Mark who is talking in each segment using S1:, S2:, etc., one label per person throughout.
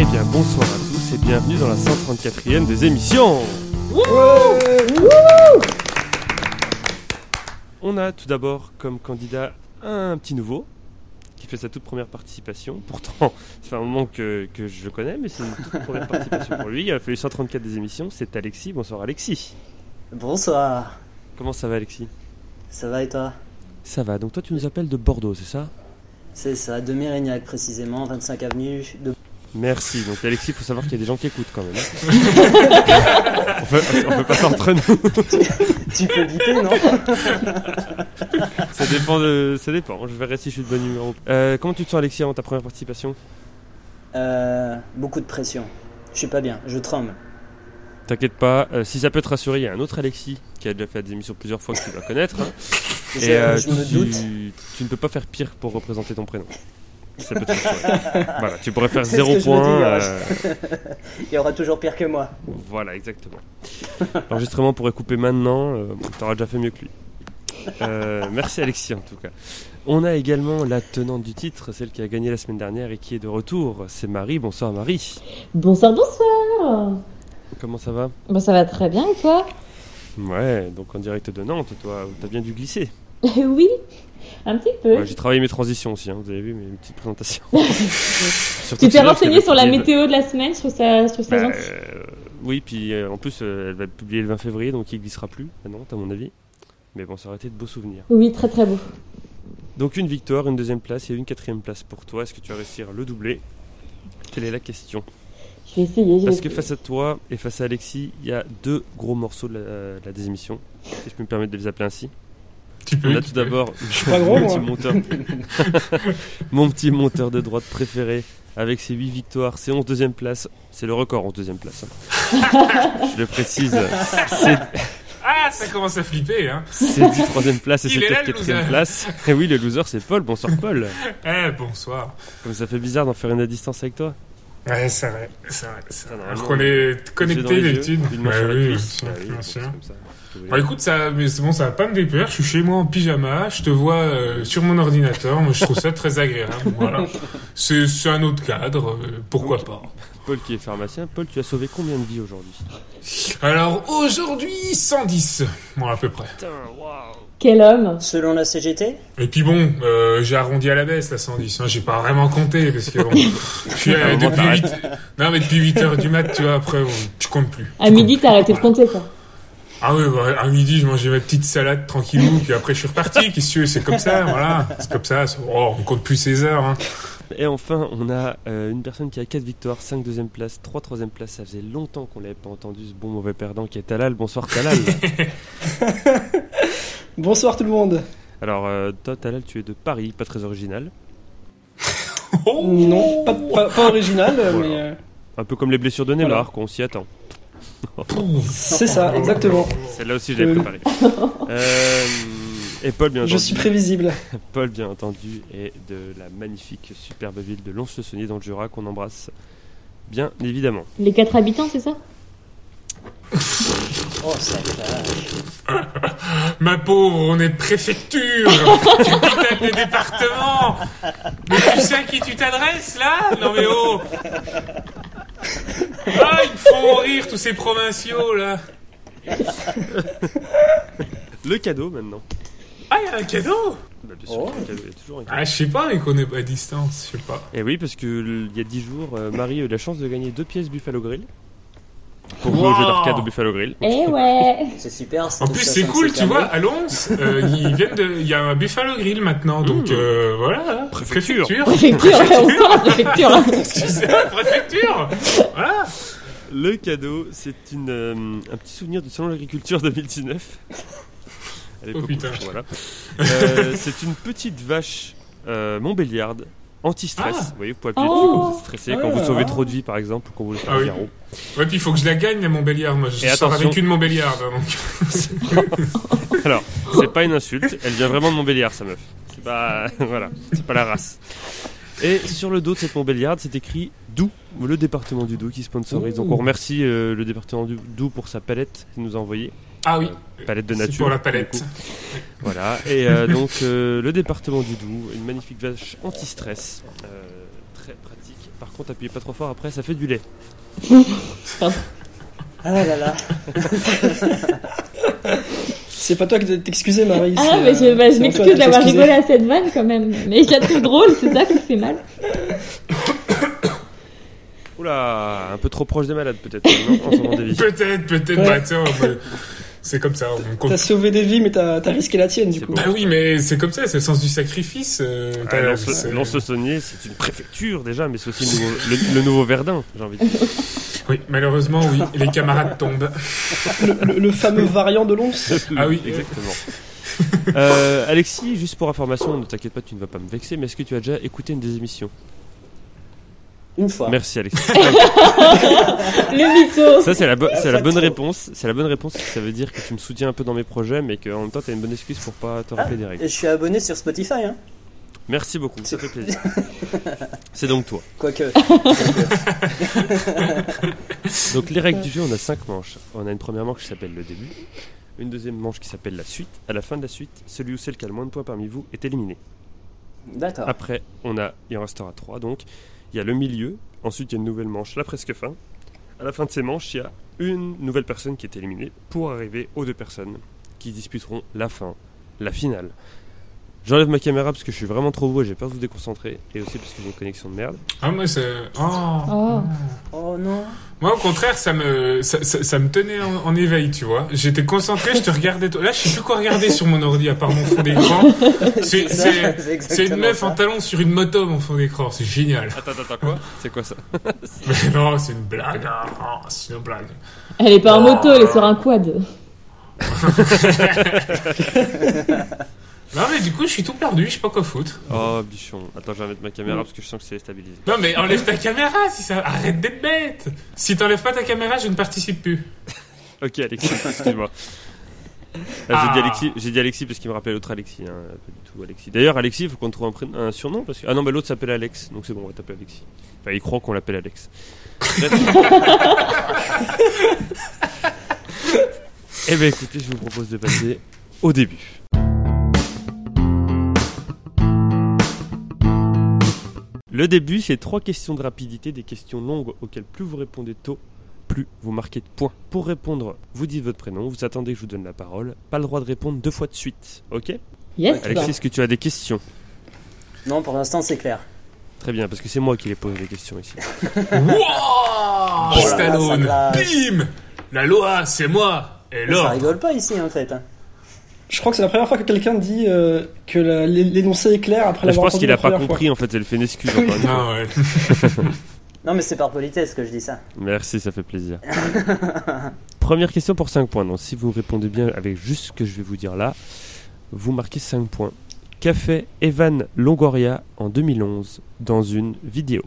S1: Eh bien, bonsoir à tous et bienvenue dans la 134e des émissions. On a tout d'abord comme candidat un petit nouveau qui fait sa toute première participation. Pourtant, ça fait un moment que, que je le connais, mais c'est une toute première participation pour lui. Il a fait 134 des émissions. C'est Alexis. Bonsoir Alexis.
S2: Bonsoir,
S1: Comment ça va Alexis
S2: ça va et toi
S1: Ça va. Donc toi, tu nous appelles de Bordeaux, c'est ça
S2: C'est ça, de Mérignac précisément, 25 avenue de...
S1: Merci. Donc Alexis, il faut savoir qu'il y a des gens qui écoutent quand même. hein. on, peut, on peut pas s'entraîner.
S2: Tu peux bipper, non
S1: Ça dépend. De, ça dépend. Je verrai si je suis de bonne humeur. Euh, comment tu te sens Alexis avant ta première participation
S2: euh, Beaucoup de pression. Je suis pas bien, je tremble.
S1: T'inquiète pas, euh, si ça peut te rassurer, il y a un autre Alexis qui a déjà fait des émissions plusieurs fois que tu dois connaître. hein.
S2: Je,
S1: euh,
S2: je me
S1: tu,
S2: doute.
S1: Tu ne peux pas faire pire pour représenter ton prénom. Ça peut te rassurer. voilà, tu pourrais faire
S2: C'est ce
S1: 0
S2: que je me
S1: point.
S2: dis,
S1: euh,
S2: Il y aura toujours pire que moi.
S1: voilà, exactement. L'enregistrement pourrait couper maintenant, euh, bon, t'auras déjà fait mieux que lui. Euh, merci Alexis en tout cas. On a également la tenante du titre, celle qui a gagné la semaine dernière et qui est de retour. C'est Marie. Bonsoir Marie.
S3: Bonsoir, bonsoir
S1: Comment ça va
S3: Bon, ça va très bien et toi
S1: Ouais, donc en direct de Nantes, toi, t'as bien dû glisser.
S3: Euh, Oui, un petit peu.
S1: Ouais, J'ai travaillé mes transitions aussi, hein, vous avez vu mes petites présentations. Surtout
S3: tu t'es
S1: celui-là, parce
S3: renseigné
S1: qu'elle
S3: sur la
S1: publie le-
S3: météo de la semaine, je trouve ça, je trouve ça
S1: Bah,
S3: gentil.
S1: euh, oui, puis euh, en plus, euh, elle va publier le 20 février, donc il glissera plus à Nantes, à mon avis. Mais bon, ça aurait été de beaux souvenirs.
S3: Oui, très très beau.
S1: Donc une victoire, une deuxième place et une quatrième place pour toi. Est-ce que tu vas réussir le doublé Telle est la question.
S3: Je vais essayer. Je vais
S1: Parce que
S3: essayer.
S1: face à toi et face à Alexis, il y a deux gros morceaux de la, de la désémission, si je peux me permettre de les appeler ainsi.
S4: Tu peux.
S1: On a
S4: tu
S1: tout
S4: peux.
S1: d'abord
S5: pas gros,
S1: mon, petit
S5: moi.
S1: monteur... mon petit monteur de droite préféré avec ses 8 victoires, ses 11 deuxième places. C'est le record 11 deuxième place. hein. Je le précise, c'est
S4: Ah, ça commence à flipper, hein.
S1: c'est 10 troisième place et
S4: Il
S1: c'est
S4: est là,
S1: 4
S4: le
S1: quatrième
S4: loser.
S1: place. Et oui, le loser c'est Paul. Bonsoir Paul.
S4: Eh, bonsoir.
S1: Comme ça fait bizarre d'en faire une à distance avec toi.
S4: Ouais, c'est vrai, c'est vrai.
S1: Ça,
S4: c'est vrai.
S1: normalement,
S4: Alors qu'on est
S1: Les yeux
S4: connecté
S1: dans les
S4: d'habitude.
S1: yeux, une main
S4: Ouais,
S1: sur la
S4: oui, bien
S1: cuisse.
S4: sûr,
S1: Ah oui,
S4: bien
S1: bon, c'est
S4: sûr. Bah
S1: comme ça. Je voulais-
S4: Bon, écoute, ça, mais c'est bon, ça va pas me déplaire. Je suis chez moi en pyjama. Je te vois euh, sur mon ordinateur. Moi, je trouve ça très agréable. Voilà. C'est c'est un autre cadre. euh, pourquoi pas
S1: Paul qui est pharmacien. Paul, tu as sauvé combien de vies aujourd'hui
S4: Alors aujourd'hui, 110, bon à peu près.
S3: Quel homme
S2: Selon la CGT
S4: Et puis bon, euh, j'ai arrondi à la baisse la 110. Hein, j'ai pas vraiment compté parce que bon, je suis
S1: À un
S4: euh,
S1: moment,
S4: depuis 8... non mais depuis 8 heures du mat, tu vois. Après, bon, tu comptes plus.
S3: À midi, t'as arrêté de compter ça.
S4: Ah oui, bah, à midi, je mangeais ma petite salade tranquillou, puis après je suis reparti. Qu'est-ce que tu veux, c'est comme ça, voilà. C'est comme ça. c'est- Oh, on compte plus ses heures. Hein.
S1: Et enfin, on a euh, une personne qui a 4 victoires, 5 deuxième places, 3 troisième places. Ça faisait longtemps qu'on l'avait pas entendu, ce bon mauvais perdant qui est Talal. Bonsoir Talal.
S5: Bonsoir tout le monde.
S1: Alors, euh, toi Talal, tu es de Paris, pas très original.
S4: Oh
S5: Non, pas, pas- pas original, euh,
S1: Voilà.
S5: mais euh,
S1: Un peu comme les blessures de Neymar, quoi, on s'y attend.
S5: c'est ça, exactement.
S1: Celle-là aussi, je l'ai
S5: Euh.
S1: préparée. Euh, et Paul, bien
S5: Je
S1: entendu.
S5: suis prévisible.
S1: Paul, bien entendu, est de la magnifique, superbe ville de Lons-le-Saunier dans le Jura qu'on embrasse, bien évidemment.
S3: Les quatre habitants, c'est ça
S2: Oh, ça claque.
S4: Ma pauvre, on est préfecture, capitale des départements. Mais tu sais à qui tu t'adresses là Non mais oh Ah, ils me font rire tous ces provinciaux là.
S1: Le cadeau maintenant.
S4: Ah, il y a un cadeau
S1: Bah, bien sûr,
S2: Oh.
S1: il y a un cadeau, il y a toujours un cadeau.
S4: Ah, je sais pas, mais qu'on est à distance, je sais pas.
S1: Et Eh oui, parce qu'il y a 10 jours, euh, Marie a eu la chance de gagner deux pièces Buffalo Grill. Pour jouer au jeu
S4: Wow.
S1: d'arcade au Buffalo Grill.
S3: Eh ouais
S2: C'est super.
S4: En plus, c'est cool, tu vois, à Lons, euh, ils viennent de, il y a un Buffalo Grill maintenant, donc
S1: Mmh.
S4: euh, voilà.
S1: Préfecture.
S3: Préfecture, ouais, on sort la préfecture hein.
S4: Tu sais, préfecture. Voilà.
S1: Le cadeau, c'est une, euh, un petit souvenir du Salon de l'Agriculture 2019. Elle est
S4: Oh
S1: pas
S4: putain.
S1: cool, voilà. Euh, c'est une petite vache euh, Montbéliarde anti-stress.
S4: Ah.
S1: Vous voyez, vous pouvez appuyer
S3: Oh.
S1: dessus quand vous êtes stressé, quand
S5: Ah.
S1: vous sauvez trop de vie par exemple, ou quand vous voulez faire
S4: Ah
S1: un
S4: oui.
S1: garrot.
S4: Ouais, puis il faut que je la gagne, la Montbéliard. Moi, je
S1: Et
S4: sors
S1: attention.
S4: avec une Montbéliard, donc.
S1: Alors, c'est pas une insulte, elle vient vraiment de Montbéliard, sa meuf. C'est pas, voilà, c'est pas la race. Et sur le dos de cette Montbéliarde, c'est écrit Doux, le département du Doux qui sponsorise. Donc on remercie euh, le département du Doux pour sa palette qu'il nous a envoyée,
S4: Ah oui,
S1: palette de nature.
S4: c'est pour la
S1: du
S4: palette.
S1: coup. Voilà, et euh, donc euh, le département du Doux, une magnifique vache anti-stress, euh, très pratique. Par contre, appuyez pas trop fort après, ça fait du lait.
S2: Ah là là.
S5: C'est pas toi qui dois t'excuser, Marie.
S3: Ah,
S5: c'est,
S3: mais je,
S5: euh,
S3: bah, je
S5: c'est Antoine qui
S3: m'excuse d'avoir
S5: t'excuse.
S3: rigolé à cette vanne quand même. Mais je la trouve drôle, c'est ça qui fait mal.
S1: Oula, un peu trop proche des malades peut-être. non en sauvant des vies.
S4: Peut-être, peut-être,
S5: Ouais.
S4: bah tiens, mais c'est comme ça, on compte.
S5: T'as sauvé des vies, mais t'as t'as risqué la tienne, du
S1: C'est
S5: coup.
S1: beau.
S4: Bah oui, mais c'est comme ça, c'est le sens du sacrifice. euh,
S1: Ah,
S4: t'as-
S1: Lance-
S4: c'est-
S1: Lance-le-Saunier, c'est une préfecture déjà, mais c'est aussi le nouveau, le- le nouveau Verdun, j'ai envie de dire.
S4: Oui, malheureusement, oui, les camarades tombent.
S5: Le, le- le fameux variant de l'once.
S4: Ah oui.
S1: exactement. Euh, Alexis, juste pour information, ne t'inquiète pas, tu ne vas pas me vexer, mais est-ce que tu as déjà écouté une des émissions
S2: Une fois.
S1: Merci Alexis.
S3: Le mytho.
S1: Ça c'est la, bo- c'est la
S2: Pas
S1: bonne
S2: trop.
S1: réponse. C'est la bonne réponse. Ça veut dire que tu me soutiens un peu dans mes projets, mais qu'en même temps t'as une bonne excuse pour pas te rappeler des règles.
S2: Et je suis abonné sur Spotify, hein.
S1: Merci beaucoup, ça fait plaisir. C'est donc toi.
S2: Quoique.
S1: Donc les règles du jeu, on a cinq manches. On a une première manche qui s'appelle le début, une deuxième manche qui s'appelle la suite. À la fin de la suite, celui ou celle qui a le moins de points parmi vous est éliminé.
S4: Ah.
S2: D'accord.
S1: Après, on a, il en restera trois. Donc, il y a le milieu. Ensuite, il y a une nouvelle manche, la presque fin. À la fin de ces manches, il y a une nouvelle personne qui est éliminée pour arriver aux deux personnes qui disputeront la fin, la finale. J'enlève ma caméra parce que je suis vraiment trop beau et j'ai peur de vous déconcentrer. Et aussi parce que j'ai une connexion de merde.
S4: Ah, moi, c'est. Oh.
S3: Oh.
S2: Oh non.
S4: Moi, au contraire, ça me, ça, ça- ça me tenait en, en éveil, tu vois. J'étais concentré, je te regardais. toi. Là, je sais plus quoi regarder sur mon ordi à part mon fond d'écran. C'est-
S2: ça,
S4: c'est- C'est une
S2: exactement
S4: meuf
S2: ça.
S4: en talons sur une moto, mon fond d'écran. C'est génial.
S1: Attends, attends, quoi C'est quoi ça
S4: Mais non, c'est une blague. Ah, c'est une blague.
S3: Elle est pas
S1: Ah.
S3: en moto, elle est sur un quad.
S4: Non, mais du coup, je suis tout perdu, je sais pas quoi foutre.
S1: Oh, bichon. Attends, je vais mettre ma caméra parce que je sens que c'est stabilisé.
S4: Non, mais enlève ta caméra si ça. Arrête d'être bête. Si t'enlèves pas ta caméra, je ne participe plus.
S1: Ok, Alexis, excuse-moi. Ah,
S4: Ah.
S1: J'ai dit Alexis, j'ai dit Alexis parce qu'il me rappelle l'autre Alexis, hein, pas du tout Alexis. D'ailleurs, Alexis, il faut qu'on trouve un, prénom- un surnom parce que ah non, mais l'autre s'appelle Alex, donc c'est bon, on va taper Alexis. Enfin, il croit qu'on l'appelle Alex. Bref. eh ben, écoutez, je vous propose de passer au début. Le début, c'est trois questions de rapidité, des questions longues auxquelles plus vous répondez tôt, plus vous marquez de points. Pour répondre, vous dites votre prénom, vous attendez que je vous donne la parole. Pas le droit de répondre deux fois de suite, ok
S3: Yes.
S1: Alexis, est-ce que tu as des questions
S2: Non, pour l'instant, c'est clair.
S1: Très bien, parce que c'est moi qui les pose les questions ici.
S5: Ah,
S4: Wouah
S2: Oh là là,
S4: Stallone.
S2: ça claque.
S4: Bim La loi, c'est moi. Et
S2: Ça
S4: l'or.
S2: rigole pas ici, en fait. hein.
S5: Je crois que c'est la première fois que quelqu'un dit euh, que la- l'é- l'énoncé est clair après
S1: Là, je
S5: l'avoir
S1: pense
S5: entendu
S1: qu'il
S5: la
S1: a pas
S5: première fois.
S1: compris, en fait, elle fait une excuse encore une fois.
S4: Non, ouais.
S2: Non, mais c'est par politesse que je dis ça.
S1: Merci, ça fait plaisir. Première question pour 5 points. Donc, si vous répondez bien avec juste ce que je vais vous dire là, vous marquez 5 points. Qu'a fait Evan Longoria en 2011 dans une vidéo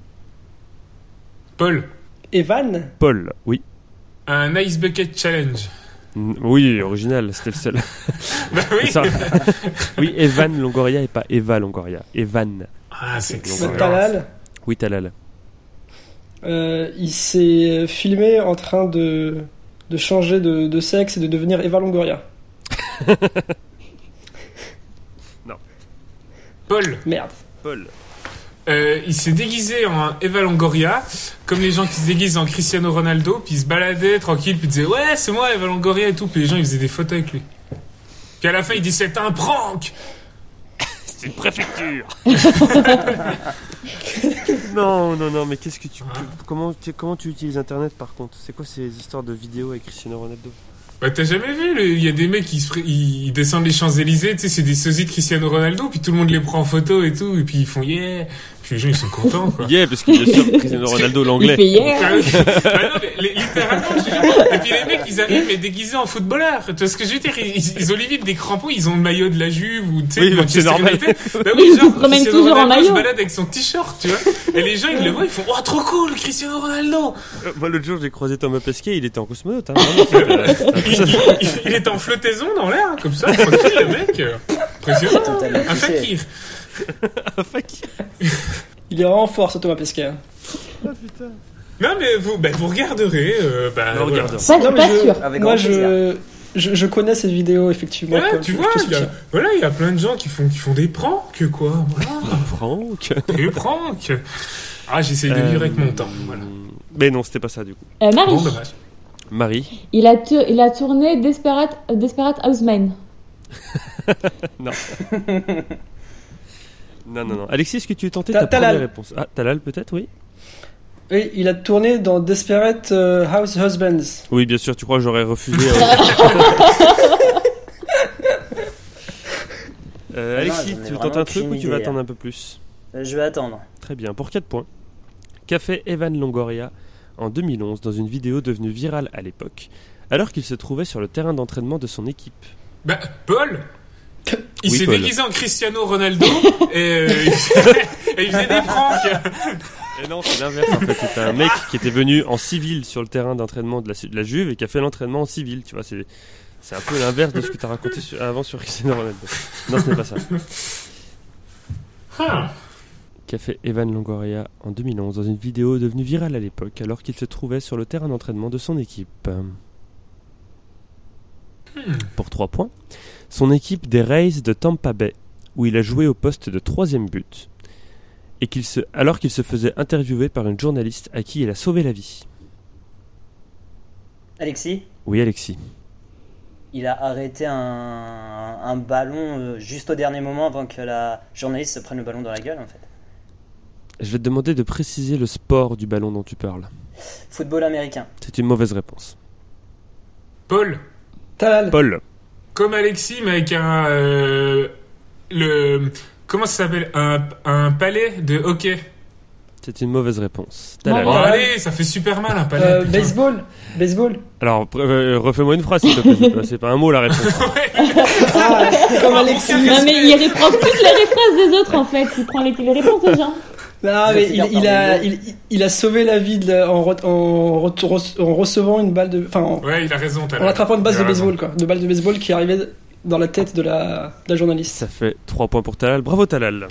S4: Paul,
S5: Evan
S1: Paul, oui.
S4: un Ice Bucket Challenge.
S1: Mm, Oui, original, c'était le seul.
S4: Bah oui.
S1: Ça- oui, Evan Longoria et pas Eva Longoria. Evan.
S4: Ah, c'est
S1: Voilà.
S4: excellent.
S5: Talal,
S1: Oui, Talal.
S5: euh, il s'est filmé en train de, de changer de, de sexe et de devenir Eva Longoria.
S4: Paul,
S5: Merde.
S1: Paul.
S4: euh, il s'est déguisé en Eva Longoria, comme les gens qui se déguisent en Cristiano Ronaldo, puis il se baladait tranquille, puis il disait Ouais, c'est moi Eva Longoria et tout, puis les gens ils faisaient des photos avec lui. Puis à la fin il dit C'est un prank
S1: C'est une préfecture Non, non, non, mais qu'est-ce que tu. que- Comment, tu- comment tu utilises Internet par contre C'est quoi ces histoires de vidéos avec Cristiano Ronaldo
S4: Bah t'as jamais vu, le- il y a des mecs qui se pré- ils ils descendent les Champs-Élysées, tu sais, c'est des sosies de Cristiano Ronaldo, puis tout le monde les prend en photo et tout, et puis ils font Yeah Puis les gens ils sont contents quoi.
S1: Yeah, parce que bien sûr, Cristiano Ronaldo,
S3: Il fait
S1: l'anglais.
S3: hier.
S4: Ah oui. Bah non, mais li- littéralement, je te jure. Et puis les mecs, ils arrivent mais déguisés en footballeurs. Tu vois ce que je veux dire ils, ils- ils ont limite des crampons, ils ont le maillot de la Juve ou tu sais,
S1: Oui,
S4: de
S1: bah, c'est
S4: Manchester
S1: normal.
S4: United. Bah
S3: Oui, ils
S4: genre,
S3: se promènent
S4: Cristiano
S3: toujours en
S4: Ronaldo
S3: maillot.
S4: se balade avec son t-shirt, tu vois. Et les gens, ils le voient, ils font Oh, trop cool, Cristiano Ronaldo
S1: Euh, Moi, l'autre jour, j'ai croisé Thomas Pesquet, il était en cosmonaute. Hein, vraiment, c'était- c'était-
S4: il,
S1: c'était-
S4: il- il est en flottaison dans l'air, hein, comme ça, tranquille, le mec. euh, Impressionnant.
S2: Totalement
S4: Un
S2: cliché.
S4: fakir.
S5: Il est vraiment fort ce Thomas Pesquet. hein.
S4: Non, mais vous, bah, vous regarderez. euh, bah,
S1: Non,
S4: voilà.
S1: regarde.
S3: Ça, je suis pas
S5: je,
S3: sûr.
S2: Avec
S5: moi
S2: grand
S5: je, je, je connais cette vidéo effectivement.
S4: Voilà,
S5: Paul,
S4: Eh, tu
S5: je- je
S4: vois,
S5: te
S4: il y a,
S5: soutiens.
S4: voilà, il y a plein de gens qui font, qui font des pranks, quoi. Voilà.
S1: Franck
S4: Et Franck Ah, j'essaie de
S1: Euh,
S4: vivre avec mon temps. Voilà.
S1: Mais non, c'était pas ça du coup.
S3: Euh, Marie,
S1: bah,
S4: Bon, dommage.
S1: Marie,
S3: il, a tu- il a tourné Desperate, euh, Desperate Houseman.
S1: non, non, non. Alexis, est-ce que tu es tenté
S5: Ta-
S1: ta
S5: Talal.
S1: première réponse Ah, Talal peut-être, oui
S5: Oui, il a tourné dans Desperate euh, House Husbands.
S1: Oui, bien sûr, tu crois que j'aurais refusé. euh, Euh,
S2: Ah non,
S1: Alexis,
S2: j'en ai
S1: tu
S2: vraiment
S1: tentes un truc
S2: aucune
S1: ou tu
S2: idée,
S1: vas
S2: hein.
S1: attendre un peu plus
S2: Euh, Je vais attendre.
S1: Très bien, pour 4 points. Qu'a fait Evan Longoria en 2011 dans une vidéo devenue virale à l'époque, alors qu'il se trouvait sur le terrain d'entraînement de son équipe
S4: Bah, Paul il
S1: Oui,
S4: s'est
S1: Paul.
S4: déguisé en Cristiano Ronaldo et, euh, il faisait- et il faisait des pranks.
S1: Et Eh non, c'est l'inverse en fait. C'est un mec qui était venu en civil sur le terrain d'entraînement de la, de la Juve et qui a fait l'entraînement en civil, tu vois. C'est, c'est un peu l'inverse de ce que t'as raconté sur- avant sur Cristiano Ronaldo. Non, ce n'est pas ça.
S4: Ah.
S1: Qu'a fait Evan Longoria en 2011 dans une vidéo devenue virale à l'époque alors qu'il se trouvait sur le terrain d'entraînement de son équipe. Pour 3 points, son équipe des Rays de Tampa Bay, où il a joué au poste de troisième but, et qu'il se, alors qu'il se faisait interviewer par une journaliste à qui il a sauvé la vie.
S2: Alexis,
S1: Oui, Alexis.
S2: il a arrêté un, un ballon euh, juste au dernier moment avant que la journaliste se prenne le ballon dans la gueule en fait.
S1: Je vais te demander de préciser le sport du ballon dont tu parles.
S2: Football américain.
S1: C'est une mauvaise réponse.
S4: Paul,
S5: Talal.
S1: Paul.
S4: comme Alexis, mais avec un. euh, le. Comment ça s'appelle un, un palais de hockey.
S1: C'est une mauvaise réponse. T'as
S3: Bon,
S1: la-
S4: Oh,
S5: Ouais.
S4: allez, ça fait super mal un palais.
S5: Euh,
S4: putain.
S5: baseball. Baseball.
S1: Alors, pr- euh, refais-moi une phrase, s'il te plaît. c'est pas- C'est pas un mot la réponse.
S5: Ah, comme
S4: Ah,
S5: Alexis.
S4: mon
S3: Non, mais il reprend toutes les réponses des autres en fait. Il prend les, les réponses des gens.
S5: Non, mais il,
S2: Merci,
S5: il a,
S2: pardon.
S5: il, il- il a sauvé la vie de- en, re- en re- en recevant une balle de. Enfin, en,
S4: Ouais, il a raison, t'as
S5: en attrapant une base
S4: il a
S5: de
S4: raison.
S5: baseball, quoi. De balle de baseball qui arrivait dans la tête de la, de la journaliste.
S1: Ça fait 3 points pour Talal. Bravo Talal.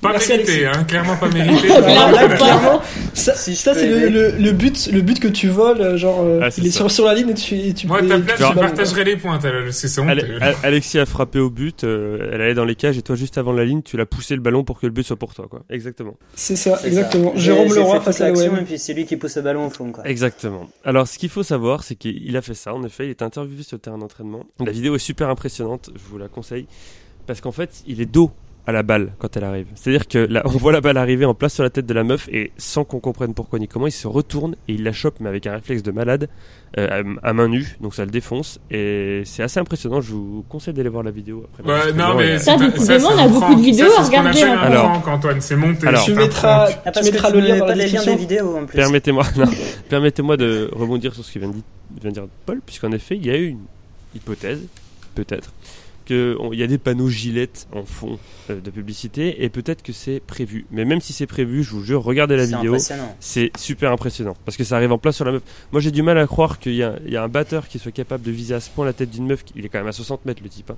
S4: Pas
S5: Merci,
S4: mérité, hein, clairement pas mérité.
S5: Ouais,
S3: Clairement
S5: là,
S3: pas.
S5: clairement, ça,
S2: Si je
S5: ça,
S2: peux
S5: c'est le,
S2: aider.
S5: le, le but, le but que tu voles, euh, genre, euh,
S1: Ah, c'est
S5: il est
S1: ça.
S5: sur, sur la ligne et tu, et tu
S4: Moi, à
S5: et
S4: ta
S5: tu
S4: place,
S5: le
S4: je
S1: Genre-
S5: ballon.
S4: partagerais les points, t'as la- c'est honteux.
S1: Ale- A- Alexis a frappé au but, euh, elle allait dans les cages et toi juste avant la ligne, tu l'as poussé le ballon pour que le but soit pour toi. Quoi. Exactement.
S5: C'est ça,
S2: C'est
S5: exactement.
S2: ça.
S5: Jérôme
S2: J'ai- j'ai
S5: Leroy
S2: fait toute
S5: face à
S2: l'action,
S5: l'OM.
S2: Et puis c'est lui qui pousse le ballon au fond quoi.
S1: Exactement. Alors ce qu'il faut savoir, c'est qu'il a fait ça, en effet, il est interviewé sur le terrain d'entraînement. La vidéo est super impressionnante, je vous la conseille, parce qu'en fait, il est dos à la balle quand elle arrive. C'est-à-dire que là, on voit la balle arriver en place sur la tête de la meuf et sans qu'on comprenne pourquoi ni comment, il se retourne et il la chope, mais avec un réflexe de malade, euh, à, à main nue, donc ça le défonce. Et c'est assez impressionnant, je vous conseille d'aller voir la vidéo après.
S4: Bah, non, mais
S3: Ça,
S4: c'est un-
S3: décidément, on a
S4: c'est un
S3: beaucoup
S4: prank.
S3: de vidéos
S4: Ça,
S3: à
S4: c'est ce qu'on
S3: regarder,
S4: appelle un
S1: hein.
S4: prank, Antoine, c'est monté.
S1: Alors,
S4: c'est
S5: Tu
S4: un
S5: mettras,
S2: Ah,
S4: prank.
S5: tu
S2: parce que
S5: mettras
S2: tu
S5: le
S2: me
S5: lien
S2: mets
S5: dans
S2: pas
S5: la
S2: les liens
S5: description.
S2: des vidéos en plus.
S1: Permettez-moi non, permettez-moi de rebondir sur ce que vient de, dit- vient de dire Paul, puisqu'en effet, il y a eu une hypothèse, peut-être, qu'il y a des panneaux gillettes en fond euh, de publicité, et peut-être que c'est prévu. Mais même si c'est prévu, je vous jure, regardez la
S2: C'est
S1: vidéo,
S2: impressionnant.
S1: c'est super impressionnant, parce que ça arrive en place sur la meuf. Moi, j'ai du mal à croire qu'il y, a- il y a un batteur qui soit capable de viser à ce point la tête d'une meuf, il est quand même à 60 mètres le type, hein,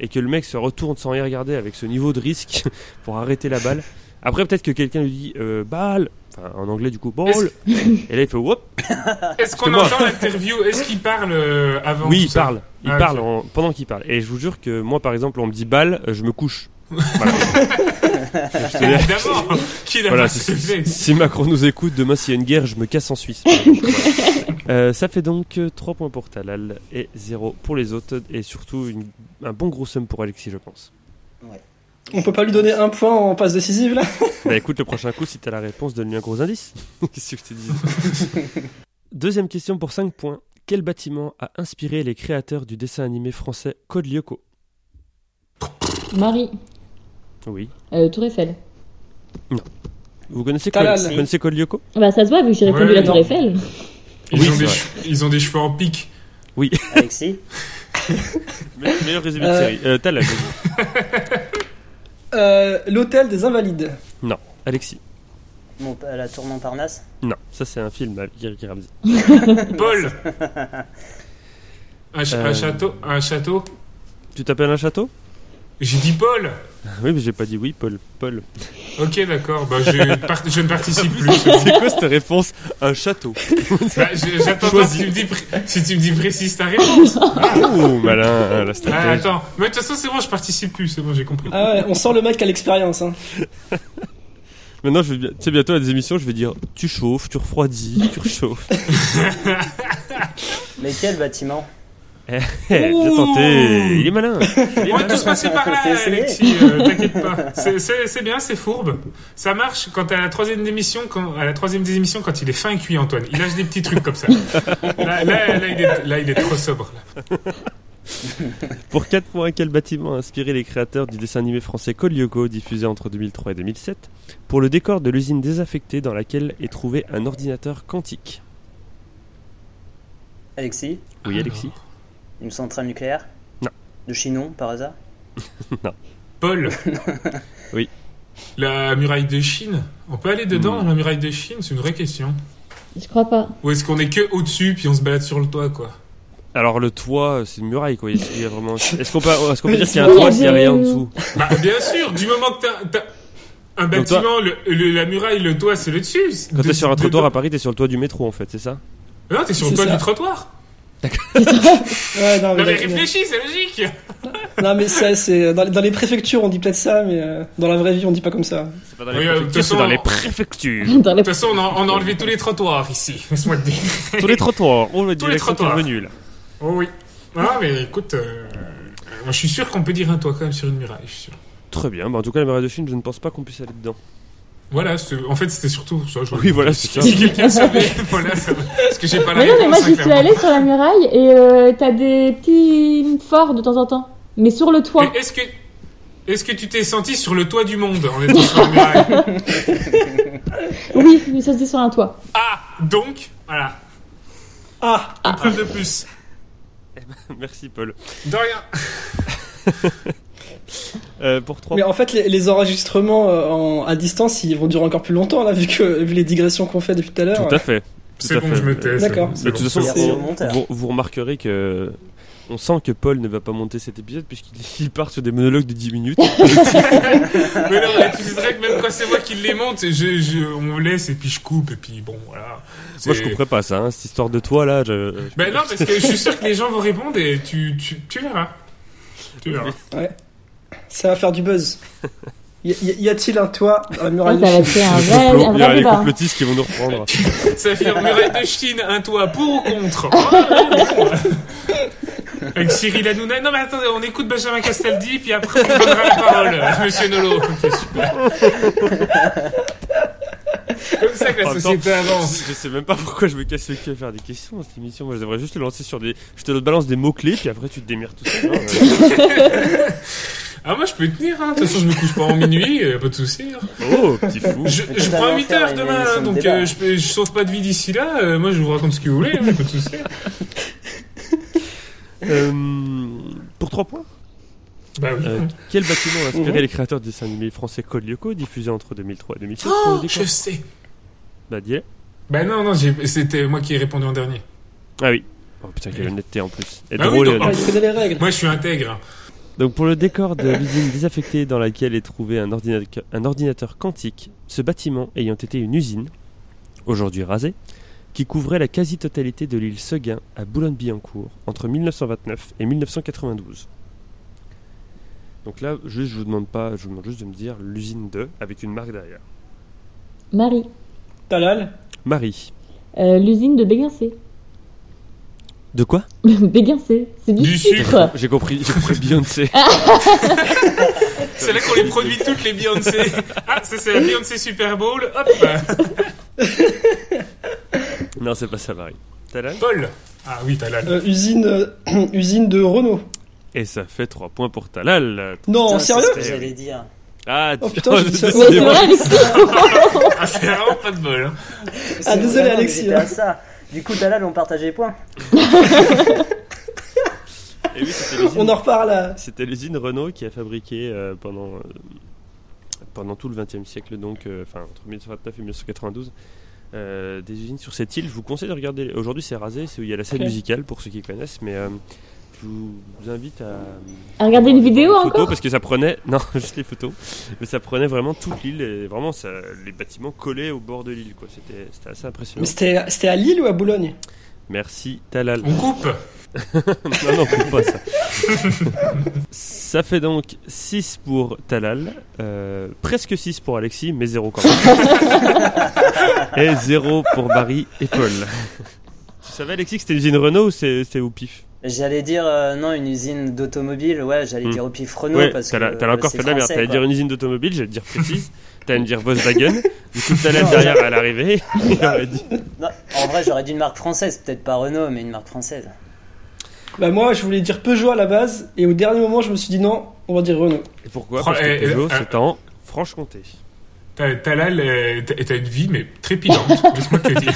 S1: et que le mec se retourne sans y regarder avec ce niveau de risque pour arrêter la balle. Après, peut-être que quelqu'un lui dit euh, balle, enfin en anglais du coup, ball. Et là, il fait whoop.
S4: Est-ce qu'on
S1: Parce que moi-
S4: entend l'interview Est-ce qu'il parle euh, avant
S1: Oui,
S4: tout
S1: il
S4: ça
S1: parle. Il
S4: Ah,
S1: parle
S4: ok.
S1: en- pendant qu'il parle. Et je vous jure que moi, par exemple, on me dit balle, euh, je me couche. Voilà. Je te dis-
S4: Évidemment Qui l'a
S1: voilà,
S4: pas
S1: si,
S4: fait
S1: si Macron nous écoute, demain, s'il y a une guerre, je me casse en Suisse. par exemple. Voilà. Euh, ça fait donc 3 points pour Talal et 0 pour les autres. Et surtout, une- un bon gros somme pour Alexis, je pense.
S5: On peut pas lui donner un point en passe décisive là
S1: Bah écoute, le prochain coup, si t'as la réponse, donne-lui un gros indice. Qu'est-ce que je te dis Deuxième question pour 5 points. Quel bâtiment a inspiré les créateurs du dessin animé français Code Lyoko
S3: Marie,
S1: Oui.
S3: euh, Tour Eiffel.
S1: Vous connaissez,
S5: Talal.
S1: Col- vous connaissez Code Lyoko
S3: Bah ça se voit vu que j'ai répondu
S4: Ouais,
S3: la Tour
S5: non.
S3: Eiffel.
S4: ils,
S1: Oui,
S4: ont
S1: c'est
S4: des
S1: vrai.
S4: cheveux- ils ont des cheveux en pique.
S2: Alexis,
S1: Meilleur résumé
S5: de
S1: de
S5: Euh,
S1: série.
S5: série.
S1: Talal.
S5: euh, L'hôtel des Invalides.
S1: Alexis.
S2: mon- euh, la tour Montparnasse.
S1: Non, ça c'est un film avec Eric Ramsey.
S4: Paul un, ch- un
S1: Euh.
S4: château Un château
S1: Tu t'appelles un château
S4: J'ai dit Paul
S1: Ah Oui, mais j'ai pas dit oui, Paul. Paul.
S4: Ok, d'accord. Bah, je, par- je ne participe plus.
S1: c'est quoi cette réponse Un château.
S4: Bah, je- J'attends pas si tu me dis, pré- si tu me dis précise ta réponse.
S1: Oh, malin, la
S4: Ah,
S1: stratégie.
S4: attends. Mais de toute façon, c'est bon, je participe plus. C'est bon, j'ai compris.
S5: Ah ouais, on sent le mec à l'expérience. Hein.
S1: Maintenant, je vais, bien- tu sais, bientôt à des émissions, je vais dire tu chauffes, tu refroidis, tu réchauffes.
S2: Mais quel bâtiment
S1: Eh, bien
S4: Ouh.
S1: tenté, il est malin. Il est
S4: On va
S1: malin.
S4: tous passer par là,
S2: T'as essayé
S4: Alexis, euh, t'inquiète pas. C'est- C'est c'est bien, c'est fourbe. Ça marche quand à la troisième émission, quand, à la troisième des émissions, quand il est fin et cuit, Antoine. Il lâche des petits trucs comme ça. Là, là, là, il, est, là, il est trop sobre. là.
S1: Pour 4 points, quel bâtiment a inspiré les créateurs du dessin animé français Coliogo, diffusé entre 2003 et 2007, pour le décor de l'usine désaffectée dans laquelle est trouvé un ordinateur quantique
S2: Alexis
S1: Oui, Alexis.
S2: Une centrale nucléaire
S1: Non.
S2: De Chinon, par hasard
S4: Paul.
S1: Oui. Hmm.
S4: La muraille de Chine. On peut aller dedans, la muraille de Chine C'est une vraie question.
S3: Je crois pas.
S4: Ou est-ce qu'on est que au-dessus, puis on se balade sur le toit, quoi
S1: Alors, le toit, c'est une muraille, quoi. Est-ce qu'il y a vraiment- Est-ce qu'on peut, est-ce qu'on peut dire qu'il y a
S3: Oui,
S1: un
S3: il y
S1: toit
S3: a
S1: s'il n'y a
S3: des-
S1: rien en dessous
S4: Bah, bien sûr, du moment que t'as- t'as. Un
S1: Donc
S4: bâtiment, le- le- la muraille, le toit, c'est le dessus.
S1: Quand
S4: De-
S1: t'es sur un
S4: de-
S1: trottoir à Paris, t'es sur le toit du métro, en fait, c'est ça
S4: Non, t'es sur le
S5: C'est
S4: toit
S5: ça.
S4: du trottoir.
S5: Ouais, non, mais,
S4: Non, mais
S5: j'ai-
S4: réfléchis, c'est logique.
S5: non, mais ça, c'est. euh, Dans, les- dans les préfectures, on dit peut-être ça, mais euh, dans la vraie vie, on dit pas comme ça.
S1: C'est pas dans
S4: les Oui, euh, préfectures, de toute c'est dans façon- les
S1: préfectures.
S3: Dans les...
S4: De toute façon, on a, on a enlevé tous les trottoirs ici, laisse-moi te dire.
S1: Tous les trottoirs. Oh, On va
S4: Tous
S1: dire
S4: les trottoirs.
S1: Revenu, là.
S4: Oh oui. Ah, mais écoute, euh, moi je suis sûr qu'on peut dire un toit quand même sur une muraille, je suis sûr.
S1: Très bien. Bah, en tout cas, la muraille de Chine, je ne pense pas qu'on puisse aller dedans.
S4: Voilà, c'est- en fait c'était surtout ça. je-
S1: Oui, voilà, c'est ça.
S4: Si quelqu'un savait, voilà, ça va. Parce que j'ai pas la
S3: Mais non, mais moi
S4: réponse,
S3: j'y suis
S4: hein, clairement.
S3: allée sur la muraille et euh, t'as des petits forts de temps en temps. Mais sur le toit.
S4: Mais est-ce que. Est-ce que tu t'es senti sur le toit du monde en étant sur la muraille
S3: Oui, mais ça se dit sur un toit.
S4: Ah, donc, voilà,
S5: Ah
S4: une preuve de plus.
S1: Merci, Paul.
S4: De rien.
S1: Euh, pour 3
S5: Mais en fait, les, les enregistrements euh, en- à distance, ils vont durer encore plus longtemps, là, vu, que, vu les digressions qu'on fait depuis tout à l'heure.
S1: Tout à fait. Tout
S4: C'est
S1: à
S4: bon,
S1: fait.
S4: je me tais. c'est
S5: D'accord.
S4: bon, c'est
S1: Mais de toute
S4: bon.
S1: façon,
S2: Merci
S1: on-
S2: au monteur.
S1: vous, vous remarquerez que euh, on sent que Paul ne va pas monter cet épisode puisqu'il il part sur des monologues de 10 minutes.
S4: Mais non, mais tu dirais que même quand c'est moi qui les monte, je, je, on me laisse et puis je coupe et puis bon, voilà.
S1: Moi, je
S4: C'est-
S1: comprends pas ça, hein, cette histoire de toi là. Je...
S4: Ben non, parce que je suis sûr que les gens vont répondre et tu, tu, tu verras. Tu verras.
S5: Ça va faire du buzz. Y, y- y a-t-il un toit dans la
S3: Ah, ça
S5: muraille de
S3: va
S5: Chine
S3: être fait un
S1: Le
S3: vrai,
S1: complot,
S3: un
S1: il y a
S3: vrai
S1: les
S3: débat.
S1: complotistes qui vont nous reprendre.
S4: Ça fait une muraille de Chine, un toit pour ou contre Oh. Avec Cyril Hanouna. Non, mais attendez, on écoute Benjamin Castaldi, puis après on donnera la parole à Monsieur Nolo. Ok, super. Comme ça que la
S1: En même
S4: société
S1: temps,
S4: avance.
S1: Je je sais même pas pourquoi je me casse le cul à faire des questions dans cette émission. Moi, je devrais juste le lancer sur des. Je te balance des mots-clés, puis après, tu te démerdes tout seul. hein, ouais.
S4: Ah, moi je peux tenir, hein. De toute façon, je me couche pas en minuit, euh, pas de soucis.
S1: Oh, petit fou.
S4: Je,
S2: Mais
S4: je
S2: tout à
S4: prends
S2: l'heure,
S4: 8
S2: faire
S4: heures
S2: une
S4: demain,
S2: émission
S4: hein,
S2: de
S4: donc
S2: débat.
S4: euh, je, peux- je sauve pas de vie d'ici là. euh, moi, je vous raconte ce que vous voulez, hein, pas de soucis.
S1: Euh, pour 3 points.
S4: Bah oui.
S1: Euh, quel bâtiment a inspiré les créateurs de dessin animé français Code Lyoko, diffusé entre 2003 et 2007 pour le
S4: Oh,
S1: décor
S4: je sais.
S1: Bah, dis-le.
S4: Bah non, non, j'ai- c'était moi qui ai répondu en dernier.
S1: Ah oui. Oh putain, quelle honnêteté en plus. Et
S4: Ah oui,
S1: drôle et
S4: non,
S5: Ah,
S1: honnête.
S5: il connaît les règles.
S4: Moi, je suis intègre.
S1: Donc, pour le décor de l'usine désaffectée dans laquelle est trouvé un ordinateur, un ordinateur quantique, ce bâtiment ayant été une usine, aujourd'hui rasée, qui couvrait la quasi-totalité de l'île Seguin à Boulogne-Billancourt entre 1929 et 1992. Donc là, juste, je vous demande pas, je vous demande juste de me dire l'usine 2 avec une marque derrière.
S3: Marie,
S5: Talal
S1: Marie.
S3: euh, l'usine de Béguincé.
S1: De quoi
S3: Béguincé, c'est du,
S4: Du
S3: sucre.
S1: J'ai compris, j'ai compris Beyoncé.
S5: Ah.
S4: C'est là qu'on les produit toutes les Beyoncé. Ah, ça, c'est la Beyoncé Super Bowl. Hop, bah,
S1: non, c'est pas ça, Marie. Talal
S4: Paul. Ah oui, t'as là.
S5: Euh, Usine, euh, usine de Renault.
S1: Et ça fait 3 points pour Talal.
S5: Non,
S2: Putain, c'est
S5: Oh, sérieux
S2: ce que j'allais dire.
S1: Ah,
S5: Oh putain, j'ai dit ça.
S3: Ouais, c'est
S1: décidément.
S3: vrai, Alexis.
S4: Ah, c'est vraiment pas de bol. hein.
S5: Ah,
S2: C'est
S5: désolé,
S2: vraiment que
S5: Alexis,
S2: j'étais
S5: hein.
S2: à ça. Du coup, Talal, on partageait les points.
S1: Et oui, c'était l'usine-
S5: On en reparle à...
S1: C'était l'usine Renault qui a fabriqué euh, pendant, euh, pendant tout le XXe siècle, donc euh, enfin entre 1929 et 1992, euh, des usines sur cette île. Je vous conseille de regarder. Aujourd'hui, c'est rasé, c'est où il y a la scène
S5: Ok.
S1: musicale pour ceux qui connaissent, mais euh, je vous invite à,
S3: À regarder une vidéo
S1: voir les photos,
S3: encore
S1: parce que ça prenait non juste les photos, mais ça prenait vraiment toute l'île et vraiment ça,
S2: Oh.
S1: les bâtiments collés au bord de l'île quoi. C'était c'était assez impressionnant.
S5: Mais c'était c'était à Lille ou à Boulogne
S1: Merci, Talal.
S4: On coupe
S1: non, non, coupe pas ça. ça fait donc 6 pour Talal, euh, presque 6 pour Alexis, mais 0 quand même. et 0 pour Barry et Paul. Tu savais, Alexis, que c'était l'usine Renault ou c'est- c'était au pif
S2: J'allais dire, euh, non, une usine d'automobile, ouais, j'allais
S1: Hmm.
S2: dire au pif Renault
S1: Ouais,
S2: parce
S1: t'as la-
S2: que. euh,
S1: t'as là encore
S2: c'est
S1: fait de la merde.
S2: français,
S1: T'allais dire une usine d'automobile, j'allais te dire précise. T'allais me dire Volkswagen. Du coup, Talal derrière à l'arrivée, il aurait dit.
S2: quoi. Non, en vrai, j'aurais dit une marque française, peut-être pas Renault, mais une marque française.
S5: Bah moi, je voulais dire Peugeot à la base, et au dernier moment, je me suis dit non, on va dire Renault.
S1: Et pourquoi
S4: Oh,
S1: Parce que
S4: eh, eh,
S1: Peugeot,
S4: eh,
S1: c'est en Franche-Comté.
S4: T'as t'as là, le- t'as t'as une vie, mais trépidante. Laisse-moi te le dire.